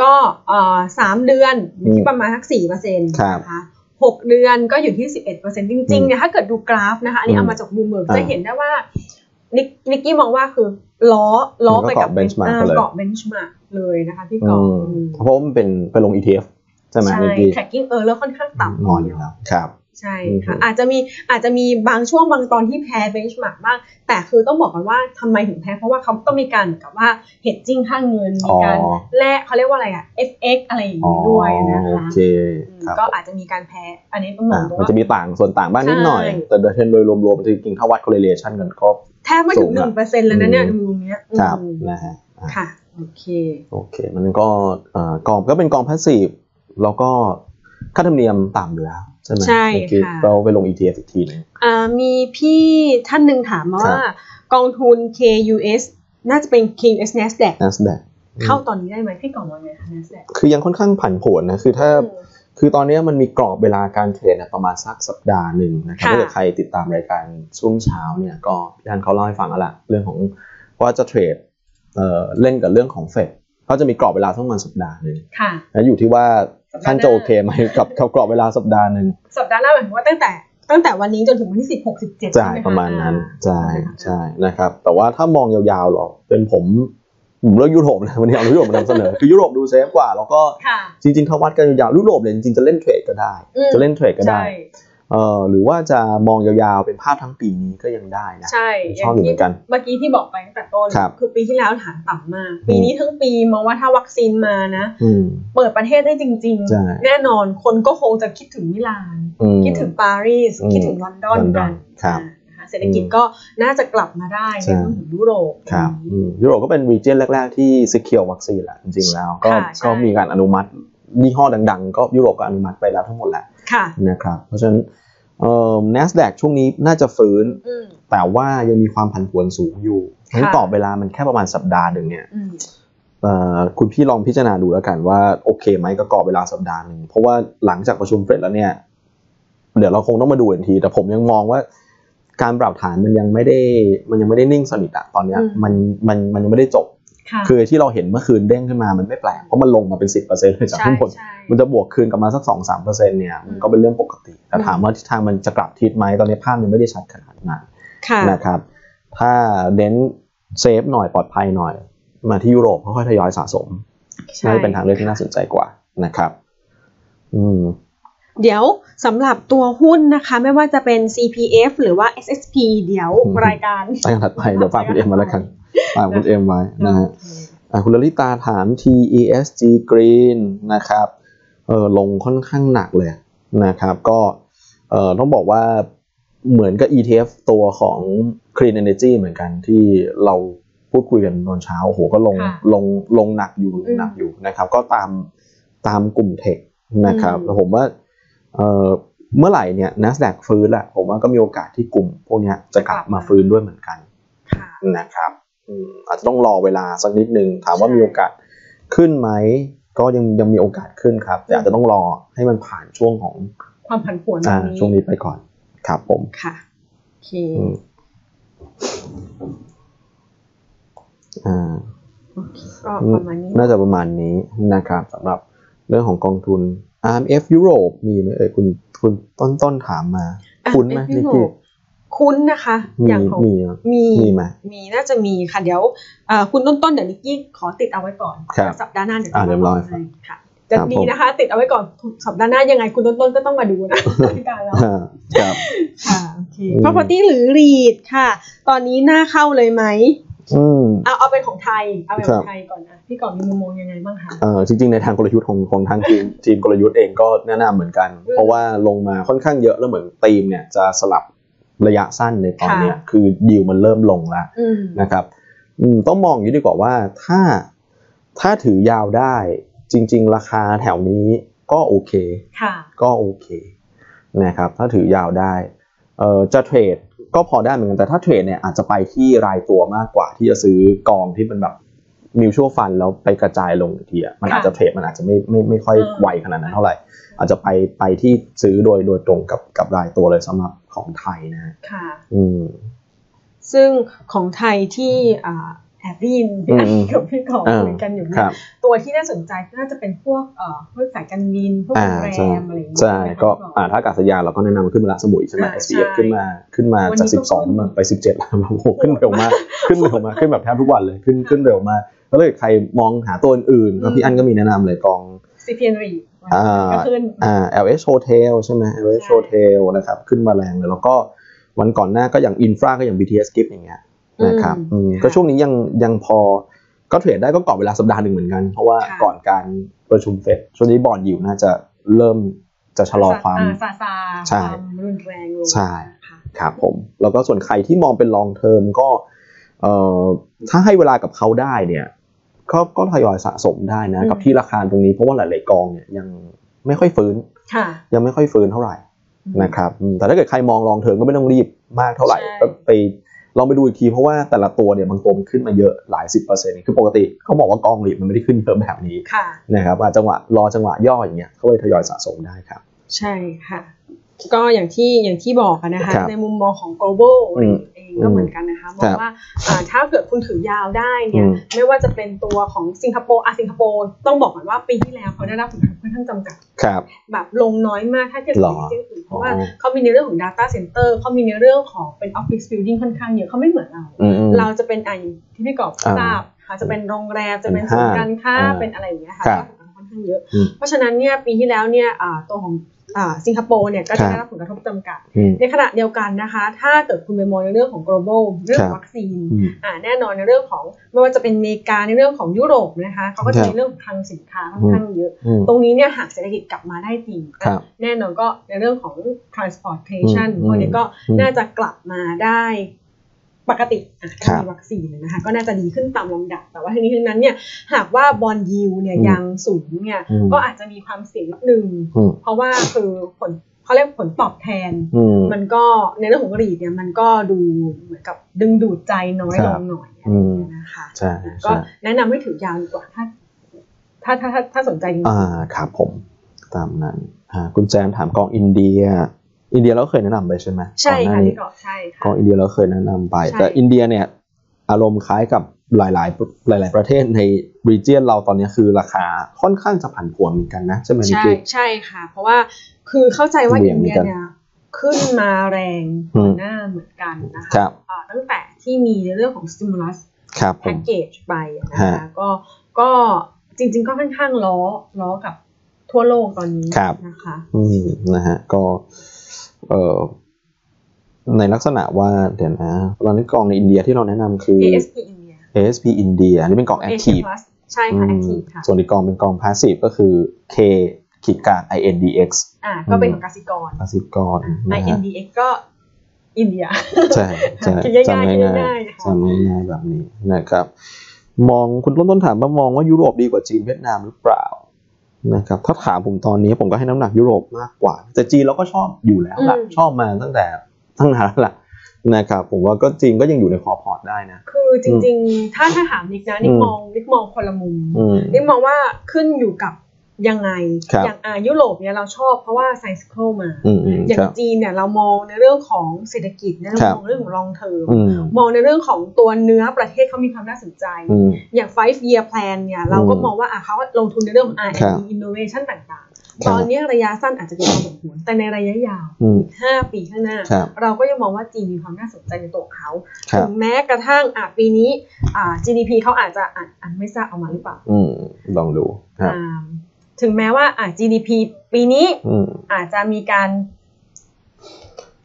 [SPEAKER 2] ก็เอ่อสามเดือนอยู่ที่
[SPEAKER 1] อืม
[SPEAKER 2] ประมาณสักสี่เปอร์เซ็นต์
[SPEAKER 1] ครับ
[SPEAKER 2] นะคะหกเดือนก็อยู่ที่สิบเอ็ดเปอร์เซ็นต์จริงๆเนี่ยถ้าเกิดดูกราฟนะคะอันนี้
[SPEAKER 1] อืม
[SPEAKER 2] เอามาจากบูมเบิร์ก
[SPEAKER 1] อ่า
[SPEAKER 2] จะเห็นได้ว่านิกนิกกี้มองว่าคือล้อล้อ
[SPEAKER 1] มันก็
[SPEAKER 2] ไปกับ
[SPEAKER 1] เกาะ benchmark
[SPEAKER 2] อ่า
[SPEAKER 1] ไปเลย
[SPEAKER 2] เกาะเบนช์มาร์กเลยนะคะพี่ก
[SPEAKER 1] อื
[SPEAKER 2] อล์ฟ
[SPEAKER 1] มเพราะว่ามันเป็นไปลง ETF ใช่ไหม
[SPEAKER 2] ใช่
[SPEAKER 1] เมื่อกี้
[SPEAKER 2] tracking error ค่อนข้างต่ำ
[SPEAKER 1] นอนอยู่แล้วครับ
[SPEAKER 2] ใช่
[SPEAKER 1] อืม
[SPEAKER 2] ค่ะอาจจะมีอาจจะมีบางช่วงบางตอนที่แพ้เบนช์มาร์กบ้าง แต่คือต้องบอกกันว่าทำไมถึงแพ้ เพราะว่าเขาต้องมีการเหมือนกับว่าเฮดจิ้งค่าเงินมีการ แลกเขาเรียกว่าอะไรอะ FX อะไรอย่าง
[SPEAKER 1] อ๋อ
[SPEAKER 2] นี้ด้วยนะ
[SPEAKER 1] โอ
[SPEAKER 2] คะ
[SPEAKER 1] เค
[SPEAKER 2] อืม
[SPEAKER 1] ครับ
[SPEAKER 2] ก็อาจจะมีการแพ้ อันนี้ต้องมอ
[SPEAKER 1] อ่างมัน
[SPEAKER 2] ว่า
[SPEAKER 1] จะมีต่างส่วนต่างบ้างนิดหน่อย
[SPEAKER 2] ใช่
[SPEAKER 1] แต่โดยเทรนด์โดยรวมๆจริงๆถ้าวัด correlation กันก็
[SPEAKER 2] แทบไม่ถึ
[SPEAKER 1] สู
[SPEAKER 2] ง
[SPEAKER 1] งอะ
[SPEAKER 2] หนึ่งเปอร์เซ็นต์แล้วนะเนี่ย
[SPEAKER 1] อืม
[SPEAKER 2] ดูเนี้ยอืม
[SPEAKER 1] ครับนะฮะอ่ะ
[SPEAKER 2] ค่ะ โอเค
[SPEAKER 1] โอเค มันก็เอ่อกองก็เป็นกองพาสซีฟแล้วก็ค่าธรรมเนียมต่ำอยู่แล้วใช่ไหม
[SPEAKER 2] ใช่
[SPEAKER 1] เมื่อกี้
[SPEAKER 2] ค่ะ
[SPEAKER 1] เราไปลง ETF อีกทีหนึง
[SPEAKER 2] อ่ามีพี่ท่านหนึ่งถามมา
[SPEAKER 1] ครับ
[SPEAKER 2] ว่า กองทุน KUS น่าจะเป็น KUS NASDAQ
[SPEAKER 1] NASDAQ
[SPEAKER 2] เข้าตอนนี้ได้ไหมพี่ก่อนว่าไงคะ NASDAQ
[SPEAKER 1] คือยังค่อนข้างผันผวนนะ คือถ้า
[SPEAKER 2] อืม
[SPEAKER 1] คือตอนนี้มันมีกรอบเวลาการเทรดเนี่ยประมาณสักสัปดาห์หนึ่งนะครับ
[SPEAKER 2] ค่ะ
[SPEAKER 1] ถ้าเกิดใครติดตามรายการช่วงเช้าเนี่ยก็พี่อันเขาเล่าให้ฟังแล้วล่ะเรื่องของว่าจะเทรดเอ่อเล่นกับเรื่องของเฟดก็จะมีกรอบเวลาสักประมาณสัปดาห์หนึ่ง
[SPEAKER 2] ค่ะ
[SPEAKER 1] แล้วอยู่ที่ว่าท่าน
[SPEAKER 2] สัปดาห์หน้า
[SPEAKER 1] จะโอเคไหมกับกับกรอบเวลาสัปดาห์หนึ่ง
[SPEAKER 2] สัปดาห์หน้าหมายถึงว่าตั้งแต่ตั้งแต่วันนี้จนถึงวันที่สิบหกสิบเจ็ด
[SPEAKER 1] จ่ายประมาณนั้นใช่ใช่นะครับ แต่ว่าถ้ามองยาวๆหรอกเป็นผมผมเลือกยุโรปนะวันนี้เอายุโรปมานำเสนอ คือยุโรปดูเซฟกว่าแล้วก็
[SPEAKER 2] ค่ะ
[SPEAKER 1] จริงๆถ้าวัดกันยาวๆยุโรปเนี่ยจริงๆจะเล่นเทรดก็ได้
[SPEAKER 2] อืม
[SPEAKER 1] จะเล่นเทรดก็ได้
[SPEAKER 2] ใช่
[SPEAKER 1] เอ่อหรือว่าจะมองยาวๆ เป็นภาพทั้งปีนี้ก็ยังได้นะ
[SPEAKER 2] ใช่
[SPEAKER 1] ชอบอยู่เหมือนกัน
[SPEAKER 2] เมื่อกี้ที่บอกไปตั้งแต่ต้น
[SPEAKER 1] ครับ
[SPEAKER 2] อปีที่แล้วฐานต่ำมาก
[SPEAKER 1] อืม
[SPEAKER 2] ปีนี้ทั้งปีมองว่าถ้าวัคซีนมานะ
[SPEAKER 1] อืม
[SPEAKER 2] เปิดประเทศได้จริง
[SPEAKER 1] ใช่
[SPEAKER 2] ๆ แน่นอนคนก็คงจะคิดถึงมิลาน
[SPEAKER 1] อืม
[SPEAKER 2] คิดถึงปารีส
[SPEAKER 1] อืม
[SPEAKER 2] คิดถึงลอนดอน
[SPEAKER 1] ลอนด
[SPEAKER 2] กั
[SPEAKER 1] อน
[SPEAKER 2] น
[SPEAKER 1] ครับ
[SPEAKER 2] นะคะเศรษฐกิจก็น่าจะกลับมาได้
[SPEAKER 1] ใช่
[SPEAKER 2] ในเรื่องของยุโรป
[SPEAKER 1] ครับอืมยุโรปก็เป็นรีเจนแรก ๆ ที่ซิเคียววัคซีนแหละจริงๆแล้ว ก็
[SPEAKER 2] ค่ะใช่
[SPEAKER 1] ก็มีการอนุมัติยี่ห้อดัง ๆ ก็ยุโรปก็อนุมัติไปแล้วทั้งหมดแหละ
[SPEAKER 2] ค่ะ
[SPEAKER 1] นะครับ เพราะฉะนั้นเอ่อ NASDAQ ช่วงนี้น่าจะฟื้น
[SPEAKER 2] อืม
[SPEAKER 1] แต่ว่ายังมีความผันผวนสูงอยู่ทั้ง
[SPEAKER 2] ค่ะ
[SPEAKER 1] กรอบเวลามันแค่ประมาณสัปดาห์หนึ่งเนี่ย
[SPEAKER 2] อืม
[SPEAKER 1] เอ่อคุณพี่ลองพิจารณาดูแล้วกันว่าโอเคไหมกับกรอบเวลาสัปดาห์หนึ่งเพราะว่าหลังจากประชุมเสร็จแล้วเนี่ย เดี๋ยวเราคงต้องมาดูอีกที แต่ผมยังมองว่า การปรับฐานมันยังไม่ได้ มันยังไม่ได้นิ่งสนิทอะตอนเนี้ยมันมันมันยังไม่ได้จบ
[SPEAKER 2] ค่ะ
[SPEAKER 1] คือที่เราเห็นเมื่อคืนเด้งขึ้นมามันไม่แปลกเพราะมันลงมาเป็นสิบเปอร์เซ็นต์จาก
[SPEAKER 2] ใช่
[SPEAKER 1] ข้างบน
[SPEAKER 2] ใช่
[SPEAKER 1] มันจะบวกคืนกลับมาสักสองสามเปอร์เซ็นต์เนี่ยมันก็เป็นเรื่องปกติ แต่
[SPEAKER 2] อืม
[SPEAKER 1] ถามว่าทิศทางมันจะกลับทิศไหมตอนนี้ภาพมันไม่ได้ชัดขนาดนั้น
[SPEAKER 2] ค่ะ
[SPEAKER 1] นะครับ ถ้าเน้นเซฟหน่อยปลอดภัยหน่อย มาที่ยุโรปค่อยๆทยอยสะสมน่าจะเป็นทางเลือกที่น่าสนใจกว่านะครับ อืม
[SPEAKER 2] เดี๋ยวสำหรับตัวหุ้นนะคะ ไม่ว่าจะเป็น CPF หรือว่า SSP เดี๋ยว
[SPEAKER 1] อืม
[SPEAKER 2] รายการ
[SPEAKER 1] ตั้ง ถัดไปเดี๋ยวฝากคุณเอ็มมาแล้วกันฝากคุณเอ็มไว้นะฮะ
[SPEAKER 2] โอเค
[SPEAKER 1] อ่ะคุณลลิตาถาม TESG Green นะครับเออลงค่อนข้างหนักเลยนะครับก็เออต้องบอกว่าเหมือนกับ ETF ตัวของ Clean Energy เหมือนกันที่เราพูดคุยกันตอนเช้าโอ้โหก็ลง
[SPEAKER 2] ค่ะ
[SPEAKER 1] ลงลงหนักอยู่
[SPEAKER 2] อืม
[SPEAKER 1] หนักอยู่นะครับก็ตามตามกลุ่มเทคนะครับ
[SPEAKER 2] อืม
[SPEAKER 1] แล้วผมว่าเออเมื่อไหร่เนี่ย NASDAQ ฟื้นแหละผมว่าก็มีโอกาสที่กลุ่มพวกเนี้ยจะกลับมาฟื้นด้วยเหมือนกัน
[SPEAKER 2] ค่ะ
[SPEAKER 1] นะครับอืมอาจจะต้องรอเวลาสักนิดนึง ถามว่า
[SPEAKER 2] ใช่
[SPEAKER 1] มีโอกาสขึ้นไหม ก็ยังยังมีโอกาสขึ้นครับ แต่
[SPEAKER 2] อืม
[SPEAKER 1] อาจจะต้องรอให้มันผ่านช่วงของ
[SPEAKER 2] ความผันผวนตร
[SPEAKER 1] อ่าง
[SPEAKER 2] นี้
[SPEAKER 1] ช่วงนี้ไปก่อน ครับผม
[SPEAKER 2] ค่ะโอเค
[SPEAKER 1] อืมอ่า
[SPEAKER 2] ก็
[SPEAKER 1] อืม
[SPEAKER 2] ประมาณนี้
[SPEAKER 1] น่าจะประมาณนี้นะครับสำหรับเรื่องของกองทุน RMF ยุโรปมีไหมเอ่ยคุณคุณต้นต้นถามมา คุ้นไหม
[SPEAKER 2] RMF
[SPEAKER 1] นี่
[SPEAKER 2] ยุโร
[SPEAKER 1] คือ
[SPEAKER 2] ป คุ้นนะคะ
[SPEAKER 1] มี
[SPEAKER 2] อย่างของ
[SPEAKER 1] มีเหรอ
[SPEAKER 2] มี
[SPEAKER 1] มีไหม
[SPEAKER 2] มีน่าจะมีค่ะเดี๋ยวเอ่อคุณต้นต้นๆเดี๋ยวนิกกี้ขอติดเอาไว้ก่อน
[SPEAKER 1] ครับ
[SPEAKER 2] สัปดาห์หน้าเดี๋ยว
[SPEAKER 1] อ่าเดี๋ยวเล่าให้ฟัง
[SPEAKER 2] ค่ะ จะ
[SPEAKER 1] ครับ
[SPEAKER 2] ดี
[SPEAKER 1] ผม
[SPEAKER 2] นะคะ ติดเอาไว้ก่อนสัปดาห์หน้ายังไงคุณต้นๆก็ต้องมาดู นะ รายการเรา
[SPEAKER 1] อ่า ครับ
[SPEAKER 2] ค่ะโอเค
[SPEAKER 1] อืม
[SPEAKER 2] property หรือ REIT ค่ะ ตอนนี้น่าเข้าเลยไหม
[SPEAKER 1] อืม
[SPEAKER 2] เอาเอาเป็นของไทย เอาเป็นข
[SPEAKER 1] ครั
[SPEAKER 2] อง
[SPEAKER 1] บ
[SPEAKER 2] ไทยก่อนนะพี่ก่อนมีมุมมองยังไงบ้างคะ
[SPEAKER 1] เอ่อจริงๆ ในทางกลยุทธ์ของของทางทีมทีมกลยุทธ์เองก็แนะนำเหมือนกัน
[SPEAKER 2] อืม
[SPEAKER 1] เพราะว่าลงมาค่อนข้างเยอะแล้วเหมือนทีมเนี่ยจะสลับระยะสั้นในตอนเนี้ย
[SPEAKER 2] ค่ะ
[SPEAKER 1] คือดิวมันเริ่มลงแล้ว
[SPEAKER 2] อืม
[SPEAKER 1] นะครับอืมต้องมองอย่างนี้ดีกว่าว่าถ้าถ้าถือยาวได้จริง ๆ ราคาแถวนี้ก็โอเค
[SPEAKER 2] ค่ะ
[SPEAKER 1] ก็โอเคนะครับถ้าถือยาวได้เอ่อจะเทรดก็พอได้เหมือนกันแต่ถ้าเทรดเนี่ยอาจจะไปที่รายตัวมากกว่าที่จะซื้อกองที่มันแบบมิวชั่วฟันแล้วไปกระจายลงอีกทีอะมัน
[SPEAKER 2] ค่ะ
[SPEAKER 1] อาจจะเทรดมันอาจจะไม่ไม่ไม่ค่อย
[SPEAKER 2] เออ
[SPEAKER 1] ไวขนาดนั้นเท่าไหร่ อาจจะไปไปที่ซื้อโดยโดยตรงกับกับรายตัวเลยสำหรับของไทยนะฮะ
[SPEAKER 2] ค่ะ
[SPEAKER 1] อืม
[SPEAKER 2] ซึ่งของไทยที่อ่าแอบได้ยินพี่อัน
[SPEAKER 1] อืม
[SPEAKER 2] กับ พี่ก่อน
[SPEAKER 1] อ่า
[SPEAKER 2] คุยกันอยู่
[SPEAKER 1] ค
[SPEAKER 2] เนี่
[SPEAKER 1] รั
[SPEAKER 2] ย
[SPEAKER 1] บ
[SPEAKER 2] ตัวที่น่าสนใจน่าจะเป็นพวกเอ่อพวกสายการบินพวกโร
[SPEAKER 1] อ่าง
[SPEAKER 2] แร
[SPEAKER 1] ใช่
[SPEAKER 2] มอะไรอย่างเงี้ย
[SPEAKER 1] ใช่
[SPEAKER 2] ไหมคะ
[SPEAKER 1] ก็
[SPEAKER 2] พี่
[SPEAKER 1] อ่าถ้าอากาศยานเราก็แนะนำขึ้นมาละสมุยใช่ไหม
[SPEAKER 2] อ่า
[SPEAKER 1] s
[SPEAKER 2] ใช่
[SPEAKER 1] p f ขึ้นมาขึ้นมา
[SPEAKER 2] วันนี้
[SPEAKER 1] จาก
[SPEAKER 2] ก็
[SPEAKER 1] 12มาไป 17แล้วโอ้โห ขึ้นเร็วมากขึ้นเร็วมากขึ้นแบบแทบทุกวันเลยขึ้นขึ้นเร็วมากแล้วเลยใครมองหาตัวอื่นๆก็
[SPEAKER 2] อืม
[SPEAKER 1] พี่อันก็มีแนะนำเลยกอง
[SPEAKER 2] CPN รี
[SPEAKER 1] อ่า
[SPEAKER 2] ก็ขึ้น
[SPEAKER 1] อ่า LH Hotel ใช่ไหม LH
[SPEAKER 2] ใช่
[SPEAKER 1] Hotel นะครับขึ้นมาแรงเลยแล้วก็วันก่อนหน้าก็อย่าง Infra ก็อย่าง BTS Gift อย่างเงี้ยนะครับ
[SPEAKER 2] อืม
[SPEAKER 1] อืม
[SPEAKER 2] ค่ะ
[SPEAKER 1] ก็ช่วงนี้ยังยังพอก็เทรดได้ก็กรอบเวลาสัปดาห์หนึ่งเหมือนกัน เพราะว่า
[SPEAKER 2] ค่ะ
[SPEAKER 1] ก่อนการประชุมเฟดช่วงนี้บอลยิวน่าจะเริ่มจะชะลอความ
[SPEAKER 2] อ่ซาซา
[SPEAKER 1] ใช่
[SPEAKER 2] ความรุนแรงลง
[SPEAKER 1] ใช่
[SPEAKER 2] ค่ะ
[SPEAKER 1] ครับผมแล้วก็ส่วนใครที่มองเป็น long term ก็เอ่อถ้าให้เวลากับเขาได้เนี่ยก็ก็ทยอยสะสมได้นะ
[SPEAKER 2] อืม
[SPEAKER 1] กับที่ราคาตรงนี้เพราะว่าหลาย ๆ กองเนี่ยยังไม่ค่อยฟื้น
[SPEAKER 2] ค่ะ
[SPEAKER 1] ยังไม่ค่อยฟื้นเท่าไหร่นะครับอืมแต่ถ้าเกิดใครมอง long term ก็ไม่ต้องรีบมากเท่าไหร่
[SPEAKER 2] ใช่
[SPEAKER 1] ก็ไปลองไปดูอีกทีเพราะว่าแต่ละตัวเนี่ยบางตัวมันขึ้นมาเยอะหลายสิบเปอร์เซ็นต์คือปกติเขาบอกว่ากองหลีดมันไม่ได้ขึ้นเยอะแบบนี้
[SPEAKER 2] ค่ะ
[SPEAKER 1] นะครับอาจจังหวะรอจังหวะย่ออย่างเงี้ยเขาเลยทยอยสะสมได้ครับ
[SPEAKER 2] ใช่ค่ะ ก็อย่างที่อย่างที่บอกอะนะคะ
[SPEAKER 1] ครับ
[SPEAKER 2] ในมุมมองของ global
[SPEAKER 1] อืม
[SPEAKER 2] เองก็เหมือนกันนะคะมองว่าอ่าถ้าเกิดคุณถือยาวได้เนี่ย
[SPEAKER 1] อืม
[SPEAKER 2] ไม่ว่าจะเป็นตัวของสิงคโปร์อ่ะสิงคโปร์ต้องบอกก่อนว่าปีที่แล้วเขาได้รับผลกระทบค่อนข้างจำกัด
[SPEAKER 1] ครับ
[SPEAKER 2] แบบลงน้อยมากถ้าเทียบกับ
[SPEAKER 1] หรอ
[SPEAKER 2] ที่อื่นเพราะ
[SPEAKER 1] อ๋อ
[SPEAKER 2] ว่าเขามีในเรื่องของ data center เขามีในเรื่องของเป็น office building ค่อนข้างเยอะเขาไม่เหมือนเรา
[SPEAKER 1] อืมอืม
[SPEAKER 2] เราจะเป็นอ่ะอย่างที่พี่กอบ
[SPEAKER 1] อ่า
[SPEAKER 2] ทราบค่ะจะเป็นโรงแรมจะเป็นศูนย์การค้า
[SPEAKER 1] อ่า
[SPEAKER 2] เป็นอะไรอย่างเงี้ยค่ะ
[SPEAKER 1] ครับ
[SPEAKER 2] ก็ถือว่าค่อนข้างเยอะ
[SPEAKER 1] อืม
[SPEAKER 2] เพราะฉะนั้นเนี่ยปีที่แล้วเนี่ยอ่าตัวของอ่าสิงคโปร์เนี่ยก็จะได้รับผลกระทบจำกัด
[SPEAKER 1] อืม
[SPEAKER 2] ในขณะเดียวกันนะคะ ถ้าเกิดคุณไปมองในเรื่องของ global เรื่องขอ
[SPEAKER 1] ครับ
[SPEAKER 2] งวัคซีน
[SPEAKER 1] อืม
[SPEAKER 2] อ่าแน่นอนในเรื่องของไม่ว่าจะเป็นอเมริกาในเรื่องของยุโรปนะคะเขาก็
[SPEAKER 1] ครั
[SPEAKER 2] จะ
[SPEAKER 1] บ
[SPEAKER 2] มีเรื่องของคลังสินค้าค่อนข้างเยอะ
[SPEAKER 1] อืม
[SPEAKER 2] ตรงนี้เนี่ยหากเศรษฐกิจกลับมาได้จริง
[SPEAKER 1] ครับ
[SPEAKER 2] แน่นอนก็ในเรื่องของ transportation
[SPEAKER 1] อืม
[SPEAKER 2] พวกนี้ก็
[SPEAKER 1] อืม
[SPEAKER 2] น่าจะกลับมาได้ปกติอ่ะ
[SPEAKER 1] ครั
[SPEAKER 2] ถ้า
[SPEAKER 1] บ
[SPEAKER 2] มีวัคซีนนะคะก็น่าจะดีขึ้นตามลำดับ แต่ว่าทั้งนี้ทั้งนั้นเนี่ยหากว่าบอลยูเนี่ย
[SPEAKER 1] อืม
[SPEAKER 2] ยังสูงเนี่ย
[SPEAKER 1] อืม
[SPEAKER 2] ก็อาจจะมีความเสี่ยงนิดนึง
[SPEAKER 1] อืม
[SPEAKER 2] เพราะว่าคือผลเขาเรียกผลตอบแทน
[SPEAKER 1] อืม
[SPEAKER 2] มันก็ในเรื่องของรีดเนี่ยมันก็ดูเหมือนกับดึงดูดใจน้อย
[SPEAKER 1] ค
[SPEAKER 2] ล
[SPEAKER 1] รับ
[SPEAKER 2] งหน่อย
[SPEAKER 1] อืม
[SPEAKER 2] นะคะ
[SPEAKER 1] ใช่
[SPEAKER 2] ก็
[SPEAKER 1] ใช่
[SPEAKER 2] แนะนำให้ถือยาวดีกว่าถ้าถ้าถ้าถ้าถ้าสนใจจริงๆ
[SPEAKER 1] อ่าครับผมตามนั้นอ่าคุณแจมถามกองอินเดีย อินเดียเราเคยแนะนำไปใช่ไหม
[SPEAKER 2] ใช่
[SPEAKER 1] ก่อนหน้า
[SPEAKER 2] ค่ะ
[SPEAKER 1] นี้
[SPEAKER 2] พี่เกาะใช่
[SPEAKER 1] ก
[SPEAKER 2] ค่ะ
[SPEAKER 1] องอินเดียเราเคยแนะนำไป
[SPEAKER 2] ใช่
[SPEAKER 1] แต่อินเดียเนี่ยอารมณ์คล้ายกับหลาย ๆ หลาย ๆ ประเทศในรีเจียนเราตอนนี้คือราคาค่อนข้างจะผันผวนเหมือนกันนะใช่ไหมนิก
[SPEAKER 2] ใช่
[SPEAKER 1] กี้
[SPEAKER 2] ใช่ค่ะ เพราะว่าคือเข้าใจว่า
[SPEAKER 1] เหวี่
[SPEAKER 2] อิ
[SPEAKER 1] ยง
[SPEAKER 2] น
[SPEAKER 1] เหมื
[SPEAKER 2] เดี
[SPEAKER 1] อย นกัน
[SPEAKER 2] เนี่ยขึ้นมาแรง
[SPEAKER 1] อืม
[SPEAKER 2] หน้าเหมือนกันนะ
[SPEAKER 1] ค
[SPEAKER 2] คะ
[SPEAKER 1] รับ
[SPEAKER 2] อ่าตั้งแต่ที่มีในเรื่องของ stimulus
[SPEAKER 1] ครับผม
[SPEAKER 2] package ไปนะคะ
[SPEAKER 1] ฮะ
[SPEAKER 2] ก็ก็จริง ๆ ก็ค่อนข้างล้อล้อกับทั่วโลกตอนนี้
[SPEAKER 1] ครับ
[SPEAKER 2] นะคะ
[SPEAKER 1] อืมนะฮะก็เอ่อในลักษณะว่าเดี๋ยวนะตอนนี้กองในอินเดียที่เราแนะนำคือ
[SPEAKER 2] ASP India
[SPEAKER 1] ASP อินเดียอันนี้เป็นกอง
[SPEAKER 2] Asia
[SPEAKER 1] Active
[SPEAKER 2] Plus ใช่ค่ะ
[SPEAKER 1] อืม
[SPEAKER 2] active ค่ะ
[SPEAKER 1] ส่วนอีกกองเป็นกอง Passive ก็คือ K ขีดกลาง INDX
[SPEAKER 2] อ่าก็เป็นของกสิกร
[SPEAKER 1] Passive กรนะฮะ
[SPEAKER 2] INDX ก็อินเดีย
[SPEAKER 1] ใช่ใช่
[SPEAKER 2] คิดง่ายๆ
[SPEAKER 1] จำง่าย
[SPEAKER 2] คิด
[SPEAKER 1] ๆ
[SPEAKER 2] ง่ายๆนะคะ
[SPEAKER 1] จำง่ายๆแบบนี้นะครับ มองคุณต้นต้นถามว่ามองว่ายุโรปดีกว่าจีนเวียดนามหรือเปล่านะครับ ถ้าถามผมตอนนี้ผมก็ให้น้ำหนักยุโรปมากกว่า แต่จีนเราก็ชอบอยู่แล้วล่ะ
[SPEAKER 2] อืม
[SPEAKER 1] ชอบมาตั้งแต่ตั้งนานแล้วล่ะนะครับผมว่าก็จีนก็ยังอยู่ในคอพอร์ตได้นะ
[SPEAKER 2] คือจริง ๆ ถ้าถ้าถามนิกนะนิก
[SPEAKER 1] อืม
[SPEAKER 2] มองนิกมองคนละมุม
[SPEAKER 1] อืม
[SPEAKER 2] นี่มองว่าขึ้นอยู่กับยังไง
[SPEAKER 1] ครับ
[SPEAKER 2] อย่างอายุโรปเนี่ยเราชอบเพราะว่าไซส์โครมา
[SPEAKER 1] อืมอืม
[SPEAKER 2] อย่า
[SPEAKER 1] ค
[SPEAKER 2] ง
[SPEAKER 1] รับ
[SPEAKER 2] จีนเนี่ยเรามองในเรื่องของเศรษฐกิจนะเรา
[SPEAKER 1] ครับ
[SPEAKER 2] มองเรื่องของ long term
[SPEAKER 1] อืม
[SPEAKER 2] มองในเรื่องของตัวเนื้อประเทศเขามีความน่าสนใจ
[SPEAKER 1] อืม
[SPEAKER 2] อย่าง five year plan เนี่ยเราก็
[SPEAKER 1] อืม
[SPEAKER 2] มองว่าอ่ะเขาลงทุนในเรื่องของ
[SPEAKER 1] ครับ
[SPEAKER 2] R&D innovation ต่าง
[SPEAKER 1] ค
[SPEAKER 2] ๆ ต
[SPEAKER 1] รั
[SPEAKER 2] อบ นนี้ระยะสั้นอาจจะดูความสมควรแต่ในระยะยาว
[SPEAKER 1] อืม
[SPEAKER 2] 5 ปีข้างหน้า
[SPEAKER 1] ครับ
[SPEAKER 2] เราก็ยังมองว่าจีนมีความน่าสนใจในตัวเขา
[SPEAKER 1] ครั
[SPEAKER 2] ถึ
[SPEAKER 1] บ
[SPEAKER 2] งแม้กระทั่งอ่ะปีนี้อ่า GDP เขาอาจจะอ่ะอันไม่ทราบเอามาหรือเปล่า
[SPEAKER 1] อืม ลองดูครับ
[SPEAKER 2] ตาม ถึงแม้ว่าอ่ะ GDP ปีนี้
[SPEAKER 1] อืม
[SPEAKER 2] อาจจะมีการ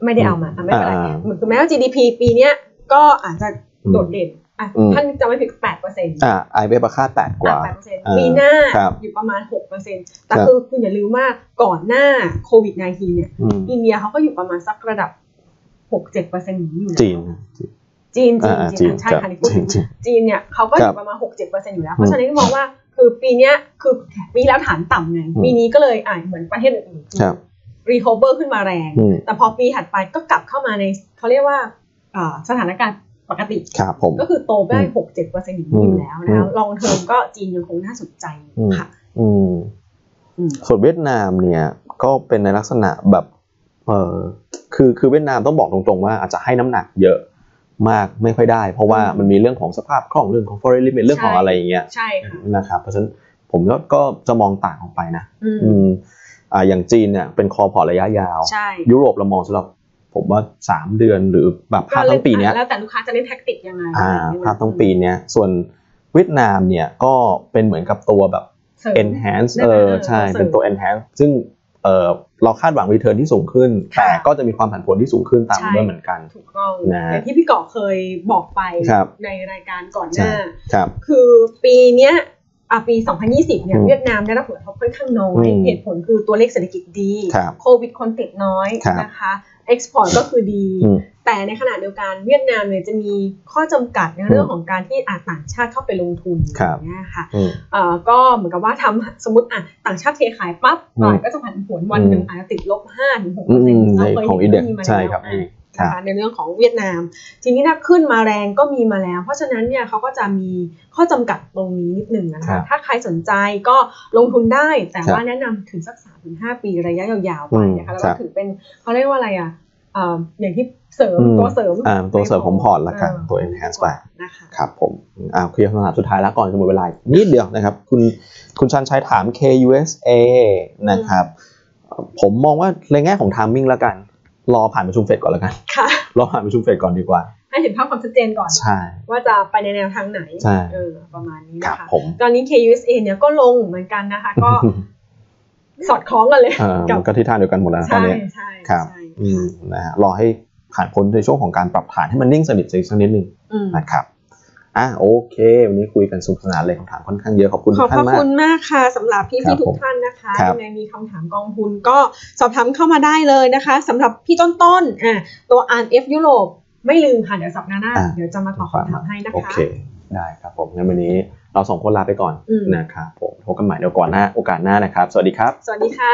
[SPEAKER 2] ไม่ได้เอามาอ่ะไม่เป็นไร
[SPEAKER 1] อ่า
[SPEAKER 2] เหมือนถึงแม้ว่า GDP ปีเนี้ยก็อาจจะโดดเด่นอ่ะ
[SPEAKER 1] อืม
[SPEAKER 2] ท่านจำไม่ผิด 8%อ
[SPEAKER 1] อ่าไอเบประคาดแปดกว่า
[SPEAKER 2] ่ะ8%
[SPEAKER 1] อ่า
[SPEAKER 2] ปีหน้า
[SPEAKER 1] ครับ
[SPEAKER 2] อยู่ประมาณ 6%แต่
[SPEAKER 1] ครับ
[SPEAKER 2] คือคุณอย่าลืมว่าก่อนหน้าโควิด -19 เนี่ย
[SPEAKER 1] อืม
[SPEAKER 2] อินเดียเขาก็อยู่ประมาณสักระดับ 6-7%อย่างนี้อยู่แล้ว
[SPEAKER 1] จีน
[SPEAKER 2] จีนจี
[SPEAKER 1] อ่าน อ่า
[SPEAKER 2] จี
[SPEAKER 1] จี
[SPEAKER 2] น
[SPEAKER 1] น
[SPEAKER 2] ใช่
[SPEAKER 1] ครับ
[SPEAKER 2] ค่ะนี่พูด
[SPEAKER 1] จี
[SPEAKER 2] ถึ
[SPEAKER 1] น
[SPEAKER 2] ง
[SPEAKER 1] จีน
[SPEAKER 2] จีนเนี่ยเขาก็อ
[SPEAKER 1] ครั
[SPEAKER 2] ยู่
[SPEAKER 1] บ
[SPEAKER 2] ประมาณ 6-7%อยู่แล้ว เพราะฉะนั้นก็มองว่าคือปีเนี้ยคือปีแล้วฐานต่ำไง
[SPEAKER 1] อืม
[SPEAKER 2] ปีนี้ก็เลยอ่าเหมือนประเทศอื่น
[SPEAKER 1] ครับ
[SPEAKER 2] ๆรีโคเวอร์ขึ้นมาแรง
[SPEAKER 1] อืม
[SPEAKER 2] แต่พอปีถัดไปก็กลับเข้ามาในเขาเรียกว่าอ่าสถานการณ์ปกติ
[SPEAKER 1] ครับผม
[SPEAKER 2] ก็คือโตได้
[SPEAKER 1] อืม
[SPEAKER 2] 6-7%อย่างนี้อยู่แล้วนะคะ
[SPEAKER 1] อืม
[SPEAKER 2] ลองเทอมก็จีนยังคงน่าสนใจ
[SPEAKER 1] อืม
[SPEAKER 2] ค่ะ
[SPEAKER 1] อืม
[SPEAKER 2] อืม
[SPEAKER 1] ส่วนเวียดนามเนี่ยก็เป็นในลักษณะแบบเออคือคือเวียดนามต้องบอกตรงๆว่าอาจจะให้น้ำหนักเยอะมากไม่ค่อยได้ เพราะว่ามันมีเรื่องของสภาพคล่องเรื่องของ foreign limit เรื่องของอะไรอย่างเงี้ย
[SPEAKER 2] ใช่ค่ะ
[SPEAKER 1] นะครับเพราะฉะนั้นผมก็ก็จะมองต่างออกไปนะ
[SPEAKER 2] อืม
[SPEAKER 1] อืมอ่าอย่างจีนเนี่ยเป็นคอพอร์ตระยะยาว
[SPEAKER 2] ใช่
[SPEAKER 1] ยุโรปเรามองสำหรับผมว่า 3 เดือนหรือแบบภาพทั้งปีเนี้ย
[SPEAKER 2] แล้วแต่ลูกค้าจะเล่นแท็กติกยังไง
[SPEAKER 1] อ่า
[SPEAKER 2] อะไรอย่เย
[SPEAKER 1] ภาพทั้งปีเนี้ยส่วนเวียดนามเนี่ยก็เป็นเหมือนกับตัวแบบ
[SPEAKER 2] เสริม
[SPEAKER 1] enhance
[SPEAKER 2] ได้ไหม
[SPEAKER 1] เออ
[SPEAKER 2] เออ
[SPEAKER 1] ใช่
[SPEAKER 2] เสริม
[SPEAKER 1] เป็นตัว enhance ซึ่งเออเราคาดหวัง return ที่สูงขึ้น
[SPEAKER 2] ค่ะ
[SPEAKER 1] แต่ก็จะมีความผันผวนที่สูงขึ้นตาม
[SPEAKER 2] ใช่
[SPEAKER 1] มาด้วยเหมือนกัน
[SPEAKER 2] ถูกต้อง
[SPEAKER 1] นะ
[SPEAKER 2] อย่างที่พี่เกาะเคยบอกไป
[SPEAKER 1] ครับ
[SPEAKER 2] ในรายการก่อนห
[SPEAKER 1] ใช่
[SPEAKER 2] น้า
[SPEAKER 1] ครับ
[SPEAKER 2] คือปีเนี้ยอ่ะปี 2020 เนี่ย
[SPEAKER 1] อืม
[SPEAKER 2] เวียดนามได้รับผลกระทบค่อนข้างน้อย
[SPEAKER 1] อืม
[SPEAKER 2] เหตุผลคือตัวเลขเศรษฐกิจดี
[SPEAKER 1] ครับ
[SPEAKER 2] โควิดคนติดน้อย
[SPEAKER 1] ครับ
[SPEAKER 2] นะคะ เอ็กซ์พอร์ตก็คือดี
[SPEAKER 1] อืม
[SPEAKER 2] แต่ในขณะเดียวกันเวียดนามเนี่ยจะมีข้อจำกัดในเรื่องของการที่อาจต่างชาติเข้าไปลงทุน
[SPEAKER 1] ครับ
[SPEAKER 2] อย่างเงี้ยค่ะ
[SPEAKER 1] อืม
[SPEAKER 2] เอ่อก็เหมือนกับว่าทำสมมติอ่ะต่างชาติเทขายปั๊บ
[SPEAKER 1] อืม
[SPEAKER 2] ตลาดก็จะผันผวนวันหนึ่ง
[SPEAKER 1] อืม
[SPEAKER 2] อาจจะติดลบ5ถึง6
[SPEAKER 1] อื
[SPEAKER 2] เปอ
[SPEAKER 1] มอืม
[SPEAKER 2] ร์เซ็นต์
[SPEAKER 1] ในของอินเด็ก
[SPEAKER 2] มีมา
[SPEAKER 1] ใช่ค
[SPEAKER 2] แล้ว
[SPEAKER 1] รับ
[SPEAKER 2] อ่ะ
[SPEAKER 1] นี่ค
[SPEAKER 2] นะ
[SPEAKER 1] รับ
[SPEAKER 2] คะในเรื่องของเวียดนาม ทีนี้ถ้าขึ้นมาแรงก็มีมาแล้ว เพราะฉะนั้นเนี่ยเขาก็จะมีข้อจำกัดตรงนี้นิดหนึ่งนะ
[SPEAKER 1] ครั
[SPEAKER 2] คะ
[SPEAKER 1] บ
[SPEAKER 2] ถ้าใครสนใจก็ลงทุนได้แต่
[SPEAKER 1] ครับ
[SPEAKER 2] ว่าแนะนำถึงสัก3าถึงหปีระยะยาวๆไปนะคะ
[SPEAKER 1] อืมค
[SPEAKER 2] แล้ว
[SPEAKER 1] รับ
[SPEAKER 2] ก็ถือเป็นเขาเรียกว่าอะไรอ่ะเอ่ออย่างที่เสริม
[SPEAKER 1] อืม
[SPEAKER 2] ตัวเสริม
[SPEAKER 1] อ่าตัวเสริมของพอร์ตละกัน
[SPEAKER 2] เออ
[SPEAKER 1] ตัว enhance ไป
[SPEAKER 2] นะคะ
[SPEAKER 1] ครับผมอ่าเคลียร์คำถามสุดท้ายแล้วก่อนจะหมดเวลาอีกนิดเดียวนะครับ คุณคุณชันชัยถาม KUSA นะครับ ผมมองว่าในแง่ของ timing แล้วกัน รอผ่านประชุมเฟดก่อนแล้วกัน
[SPEAKER 2] ค่ะ
[SPEAKER 1] รอผ่านประชุมเฟดก่อนดีกว่า
[SPEAKER 2] ให้เห็นภาพความชัดเจนก่อน
[SPEAKER 1] ใช่
[SPEAKER 2] ว่าจะไปในแนวทางไหน
[SPEAKER 1] ใช่
[SPEAKER 2] เออประมาณนี้
[SPEAKER 1] ครับ
[SPEAKER 2] นะคะ
[SPEAKER 1] ผม
[SPEAKER 2] ตอนนี้ KUSA เนี่ยก็ลงเหมือนกันนะคะ ก็สอดคล้องกันเลย
[SPEAKER 1] เออ
[SPEAKER 2] กั
[SPEAKER 1] มันก็ที่ทางเดียวกันหมดแล้วนะตอ
[SPEAKER 2] ใช่
[SPEAKER 1] นเนี้ย
[SPEAKER 2] ใช่
[SPEAKER 1] ครับ
[SPEAKER 2] ใช่
[SPEAKER 1] อืมนะฮะรอให้ผ่านพ้นในช่วงของการปรับฐานให้มันนิ่งสนิทสักนิดหนึ่ง
[SPEAKER 2] อืม
[SPEAKER 1] นะครับอ่ะโอเค วันนี้คุยกันสนุกสนานเลยคำถามค่อนข้างเยอะขอบคุณ
[SPEAKER 2] ขอบ
[SPEAKER 1] ท่า
[SPEAKER 2] พ
[SPEAKER 1] น
[SPEAKER 2] ระ
[SPEAKER 1] มาก
[SPEAKER 2] คุณมากค่ะสำหรับ
[SPEAKER 1] ครั
[SPEAKER 2] พี่
[SPEAKER 1] บ
[SPEAKER 2] ๆทุ
[SPEAKER 1] ผ
[SPEAKER 2] ก
[SPEAKER 1] ม
[SPEAKER 2] ท่านนะคะ
[SPEAKER 1] ครับ
[SPEAKER 2] ยังไงมีคำถามกองทุนก็สอบถามเข้ามาได้เลยนะคะสำหรับพี่ต้นต้นอ่ะตัว RF ยุโรปไม่ลืมค่ะเดี๋ยวสัปดาห์หน้า
[SPEAKER 1] อ่ะ
[SPEAKER 2] เดี๋ยวจะมาตอบคำถามให้นะ
[SPEAKER 1] โอ
[SPEAKER 2] คะ
[SPEAKER 1] เค ได้ครับผมงั้นวันนี้เราสองคนลาไปก่อน
[SPEAKER 2] อืม
[SPEAKER 1] นะครับผมพบกันใหม่เดี๋ยวก่อนหน้าโอกาสหน้านะครับ สวัสดีครับ
[SPEAKER 2] สวัสดีค่ะ